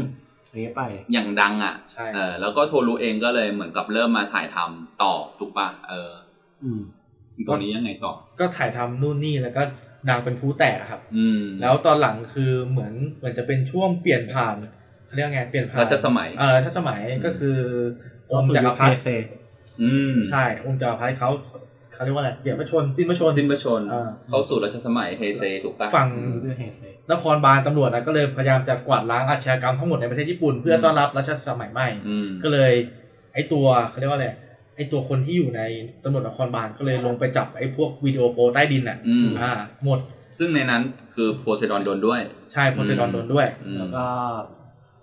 อย่างนี้ไป อย่างดังอ่ะ ใช่ เออ แล้วก็โทรู้เองก็เลยเหมือนกับเริ่มมาถ่ายทำต่อถูกป่ะ เออ อืม ตัวนี้ยังไงต่อ ก็ถ่ายทำนู่นนี่แล้วก็นางเป็นผู้แตกครับ อืม แล้วตอนหลังคือเหมือนเหมือนจะเป็นช่วงเปลี่ยนผ่านเขาเรียกไงเปลี่ยนผ่าน รัชสมัย เออรัชสมัยก็คือองค์จักรพรรดิ อืม ใช่องค์จักรพรรดิเขาเขาเรียกว่าอะไรเสียพระชนสิ้นพระชน สิ้นพระชน อ่า เข้าสู่รัชสมัยเฮเซถูกป่ะ ฝั่ง ด้วยเฮเซ นครบาลตำรวจนะก็เลยพยายามจะกวาดล้างอาชญากรรมทั้งหมดในประเทศญี่ปุ่นเพื่อต้อนรับรัชสมัยใหม่ อืม ก็เลยไอตัวเขาเรียกว่าอะไรไอตัวคนที่อยู่ในตำรวจนครบาลก็เลยลงไปจับไอพวกวิดีโอโปใต้ดินอ่ะ อืม อ่าหมด ซึ่งในนั้นคือโพไซดอนโดนด้วย ใช่โพไซดอนโดนด้วย อืม แล้วก็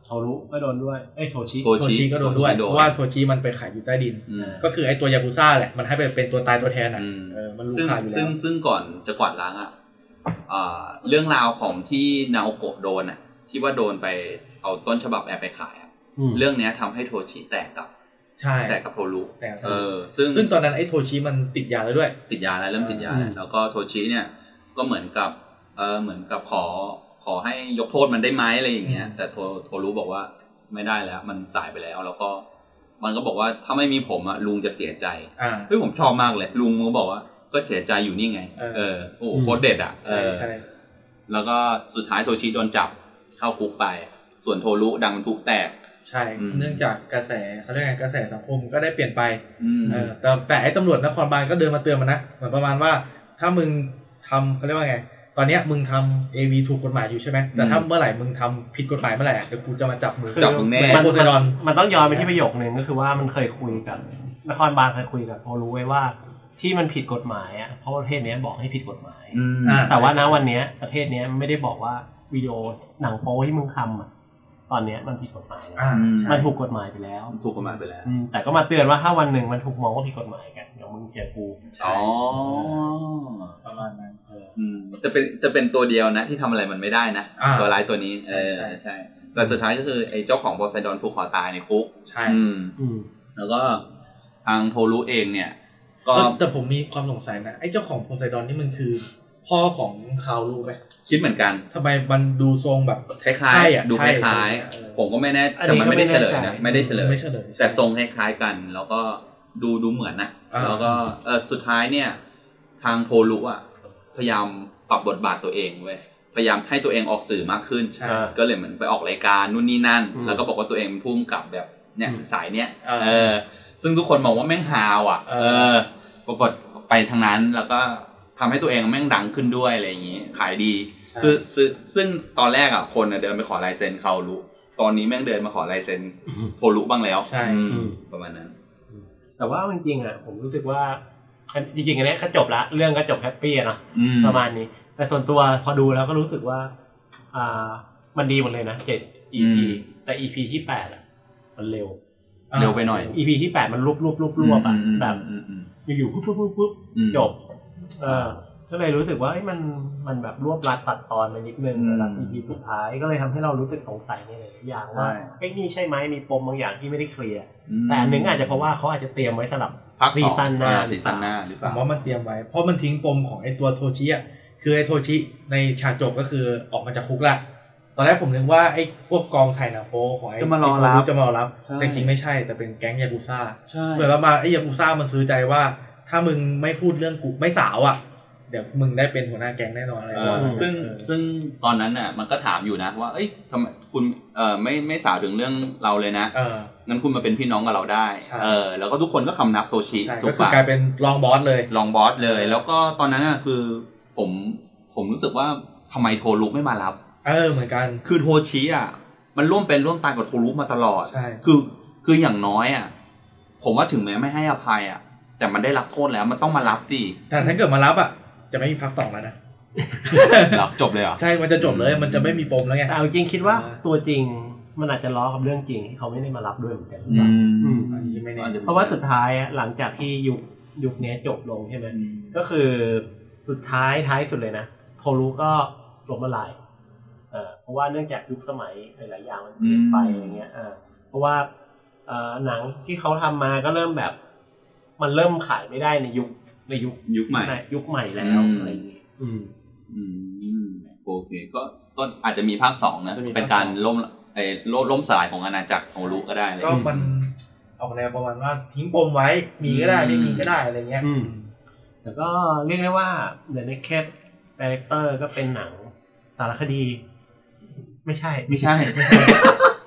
โทรุก็โดนด้วย เอ้ยโทชิ โท โทชิก็โดนด้วย โทชิโดน เพราะว่าโทชิมันไปขายอยู่ใต้ดิน อืม ก็คือไอตัวยากุซ่าแหละมันให้ไปเป็นตัวตายตัวแทนอ่ะ อืม เออมันรู้ ซึ่ง ข่าวอยู่แล้ ซึ่ง ว ซึ่งก่อนจะกวาดล้างอ่ะอ่าเรื่องราวของที่นาโอโกะโดนอ่ะ ที่ว่าโดนไปเอาต้นฉบับแอบไปขายอ่ะเรื่องเนี้ยทำให้โทชิแตกกับ ใช่ แตกกับโทรุ แต่ เออ ซึ่ง ซึ่งตอนนั้นไอโทชิมันติดยาแล้วด้วย ติดยาแล้วเริ่มติดยาแล้ว อืม แล้วก็โทชิเนี่ยก็เหมือนกับเออเหมือนกับขอขอให้ยกโทษมันได้ไหมอะไรอย่างเงี้ย อืม แต่โทโทรุบอกว่าไม่ได้แล้ว มันสายไปแล้ว แล้วก็มันก็บอกว่าถ้าไม่มีผมอ่ะลุงจะเสียใจ อ่า เฮ้ยผมชอบมากเลย ลุงมันก็บอกว่าก็เสียใจอยู่นี่ไง เออ เออโอ้โหโคตรเด็ดอ่ะเอ ใช่ อ ใช่ แล้วก็สุดท้ายโทชิโดนจับเข้าคุกไป ส่วนโทรุดังเป็นทุกแตก ใช่ อืม เนื่องจากกระแสเขาเรียกไงกระแสสังคมก็ได้เปลี่ยนไป อืม เออแต่แต่ไอ้ตำรวจนครบาลก็เดินมาเตือนมันนะ เหมือนประมาณว่า ถ้ามึงทำเขาเรียกว่าไง ตอนเนี้ยมึงทำ AV ถูกกฎหมายอยู่ใช่ไหมแต่ถ้า อืม เมื่อไหร่มึงทำผิดกฎหมายเมื่อไหร่อะเดี๋ยวกูจะมาจับมึง คือ จับมึงแน่ มัน โพไซดอน มันมันต้องย้อนไปที่ประโยคนึงก็คือว่ามันเคยคุยกับนครบาลเคยคุยกับโทรุไว้ว่าที่มันผิดกฎหมายอ่ะเพราะประเทศเนี้ยบอกให้ผิดกฎหมาย อืม อ่า แต่ว่าณวันเนี้ยประเทศเนี้ยไม่ได้บอกว่าวิดีโอหนังโป๊ที่มึงทำอ่ะ ตอนเนี้ยมันผิดกฎหมายแล้ว อ่าใช่ มันถูกกฎหมายไปแล้ว ถูกกฎหมายไปแล้ว อืมแต่ก็มาเตือนว่าถ้าวันหนึ่งมันถูกมองว่าผิดกฎหมายกันเดี๋ยวมึงเจอกู อ๋อ ประมาณนั้น เออ อืมแต่เป็นแต่เป็นตัวเดียวนะ ที่ทำอะไรมันไม่ได้นะ อ่า ตัวร้ายตัวนี้ ใช่ เออ ใช่ ใช่แต่สุดท้ายก็คือไอ้เจ้าของบอไซดอนผูกคอตายในคุก ใช่ อืม อืม แล้วก็ทางโทรุเองเนี่ย ก็ เออแต่ผมมีความสงสัยนะไอ้เจ้าของโพไซดอนนี่มันคือ พ่อของคาวรู้ไหม คิดเหมือนกัน ทำไมมันดูทรงแบบ คล้า ใช่ ย อะ ๆ ดูค ใช่ ล้าย เออ ๆ ผมก็ไม่แน่แต่มันไม่ได้เฉลยนะ ไม่ได้เฉลย ไม่เฉลย แต่ทรงคล้ายๆกันแล้วก็ดูดูเหมือนนะ อ่า แล้วก็เออสุดท้ายเนี่ย ทางโพลุอ่ะ พยายามปรับบทบาทตัวเองเว้ยพยายามให้ตัวเองออกสื่อมากขึ้น ใช่ อ่า ก็เลยเหมือนไปออกรายการนู่นนี่นั่น อืม แล้วก็บอกว่าตัวเองเป็นผู้กำกับแบบเนี่ย อืม สายเนี้ย อ่า เออ ซึ่งทุกคนมองว่าแม่งฮาวอ่ะ เอ เอ อ อปรากฏไปทางนั้นแล้วก็ทำให้ตัวเองแม่งดังขึ้นด้วยอะไรอย่างงี้ ขายดี คือซึ่งซึ่งตอนแรกอ่ะคนอะเดินไปขอลายเซ็นเขารู้ ตอนนี้แม่งเดินมาขอลายเซ็นโทรุบ้างแล้ว ใช่ อืม อืม ประมาณนั้น แต่ว่าจริงๆอ่ะผมรู้สึกว่าอันจริงๆอันเนี้ยก็จบละเรื่องก็จบแฮปปี้อะเนาะ อืม ประมาณนี้ แต่ส่วนตัวพอดูแล้วก็รู้สึกว่า อ่า มันดีหมดเลยนะเจ็ด EP แต่ EP ที่แปดอ่ะ มันเร็ว อ่า เร็วไปหน่อย EP ที่แปดมันรวบรวบรวบรวบอ่ะ อืม แบบ อืมอืม อยู่ๆปุ๊บปุ๊บปุ๊บปุ๊บ อืม จบ เออก็เลยรู้สึกว่าเอ้ยมันมันแบบรวบรัดตัดตอนไปนิดนึง อืม สำหรับ EP สุดท้ายก็เลยทำให้เรารู้สึกสงสัยในหลายๆอย่างว่า ใช่ เอ้ยนี่ใช่ไหมมีปมบางอย่างที่ไม่ได้เคลียร์ อืม แต่อันหนึงอาจจะเพราะว่าเขาอาจจะเตรียมไว้สำหรับ พักสอง ซีซั่นหน้า อ่ซีซั่นหน้าหรือเป ผ ล่าม ว่ามันเตรียมไว้ เพราะมันทิ้งปมของไอ้ตัวโทชิอ่ะคือไอ้โทชิในฉากจบก็คือออกมาจากคุกละตอนแรกผมนึกว่าไอ้พวกกองถ่ายหนังโป๊ของไอ้ จะมารอรับ จะมารอรับ ใช่ แต่จริงไม่ใช่แต่เป็นแก๊งยากุซ่า ใช่ เหมือนประมาณไอ้ยากุซ่ามันซื้อใจว่า ถ้ามึงไม่พูดเรื่องกูไม่สาวอ่ะ เดี๋ยวมึงได้เป็นหัวหน้าแก๊งแน่นอนอะไร เอ ประ อ มาณนั้น ซึ่ง เออ ซึ่งตอนนั้นน่ะ มันก็ถามอยู่นะ ว่า เอ้ยทำไมคุณเออไม่ไม่สาวถึงเรื่องเราเลยนะ เออ งั้นคุณมาเป็นพี่น้องกับเราได้ ใช่ เออ แล้วก็ทุกคนก็คำนับโทชิ ใช่ ถู ก็ ก คือ ปะ กลายเป็นรองบอสเลย ลองบอสเลย แล้วก็ตอนนั้นน่ะคือผมผมรู้สึกว่าทำไมโทรุไม่มารับ เออเหมือนกัน คือโทชิอ่ะมันร่วมเป็นร่วมตายกับโทรุมาตลอด ใช่ คือคืออย่างน้อยอ่ะผมว่าถึงแม้ไม่ให้อภัยอ่ะ แต่มันได้รับโทษแล้วมันต้องมารับดิ แต่ถ้าเกิดมารับอ่ะจะไม่มีพักต่อ แล้วนะ หรอจบเลยเหรอ่ะ ใช่มันจะจบเลยมันจะไม่มีปมแล้วไง แต่เอาจริงคิดว่า อ่า ตัวจริงมันอาจจะล้อกับเรื่องจริงที่เขาไม่ได้มารับด้วยเหมือนกันหรือ อื เปล่าม อืม อันนี้ไม่แน่ เพราะว่าสุดท้ายอะหลังจากที่ยุคยุคเนี้ยจบลงใช่ไหมก็คือสุดท้ายท้ายสุดเลยนะโทรุก็ล้มละลายเออเพราะว่าเนื่องจากยุคสมัยหลายๆอย่างมันเปลี่ยนไป อืม อะไรเงี้ยเออเพราะว่าเอ่อหนังที่เขาทำมาก็เริ่มแบบ มันเริ่มขายไม่ได้ในยุคในยุค ยุคใหม่ ในยุคใหม่แล้ว อืม อะไรอย่างเงี้ยอืม อืมโอเคก็ก็อาจจะมีภาคสองนะ จะมีภาค เป็นการ สอง ล่มไอ้ล่มล่มสลายของอาณาจักรโทรุก็ได้เลย ก็มันออกแนวประมาณว่าทิ้งปมไว้มีก็ได้ อืม ไม่มีก็ได้อะไรเงี้ย อืม แต่ก็เรียกได้ว่า The Naked Director ก็เป็นหนังสารคดี ไม่ใช่ ไม่ใช่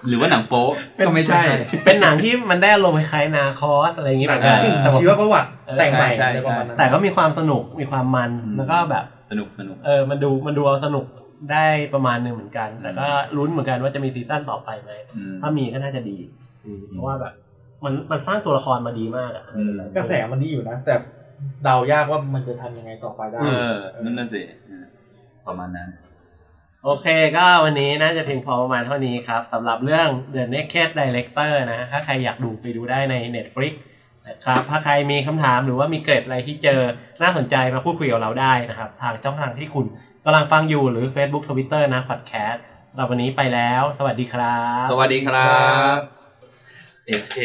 หรือว่าหนังโป๊ะก็ไม่ใช่ เป็นหนังที่มันได้อารมณ์คล้ายๆนาคอสอะไรอย่างงี้ ห แบ นัง บ ก็ นั้น เออ แต่ว่า ชีวประวัติแต่งใหม่ ใช่ อะไร ใช่ ประมาณนั้น แต่ก็มีความสนุกมีความมัน อืม แล้วก็แบบ สนุกสนุก เออมันดูมันดูเอาสนุกได้ประมาณหนึ่งเหมือนกัน แต่ก็ลุ้นเหมือนกันว่าจะมีซีซั่นต่อไปไหม อืม ถ้ามีก็น่าจะดี อืมเพราะว่าแบบ มันมันสร้างตัวละครมาดีมากอะ อืม กระแสมันนี่อยู่นะ แต่เดายากว่ามันจะทำยังไงต่อไปได้ เออ นั่นน่ะสิประมาณนั้น โอเคก็วันนี้น่าจะเพียงพอประมาณเท่านี้ครับสำหรับเรื่อง The Naked Director นะถ้าใครอยากดูไปดูได้ใน Netflix นะครับถ้าใครมีคำถามหรือว่ามีเกร็ดอะไรที่เจอน่าสนใจมาพูดคุยกับเราได้นะครับ ทางช่องทางที่คุณกำลังฟังอยู่หรือ Facebook Twitter นะ Podcast เราวันนี้ไปแล้ว สวัสดีครับ สวัสดีครับ เอเค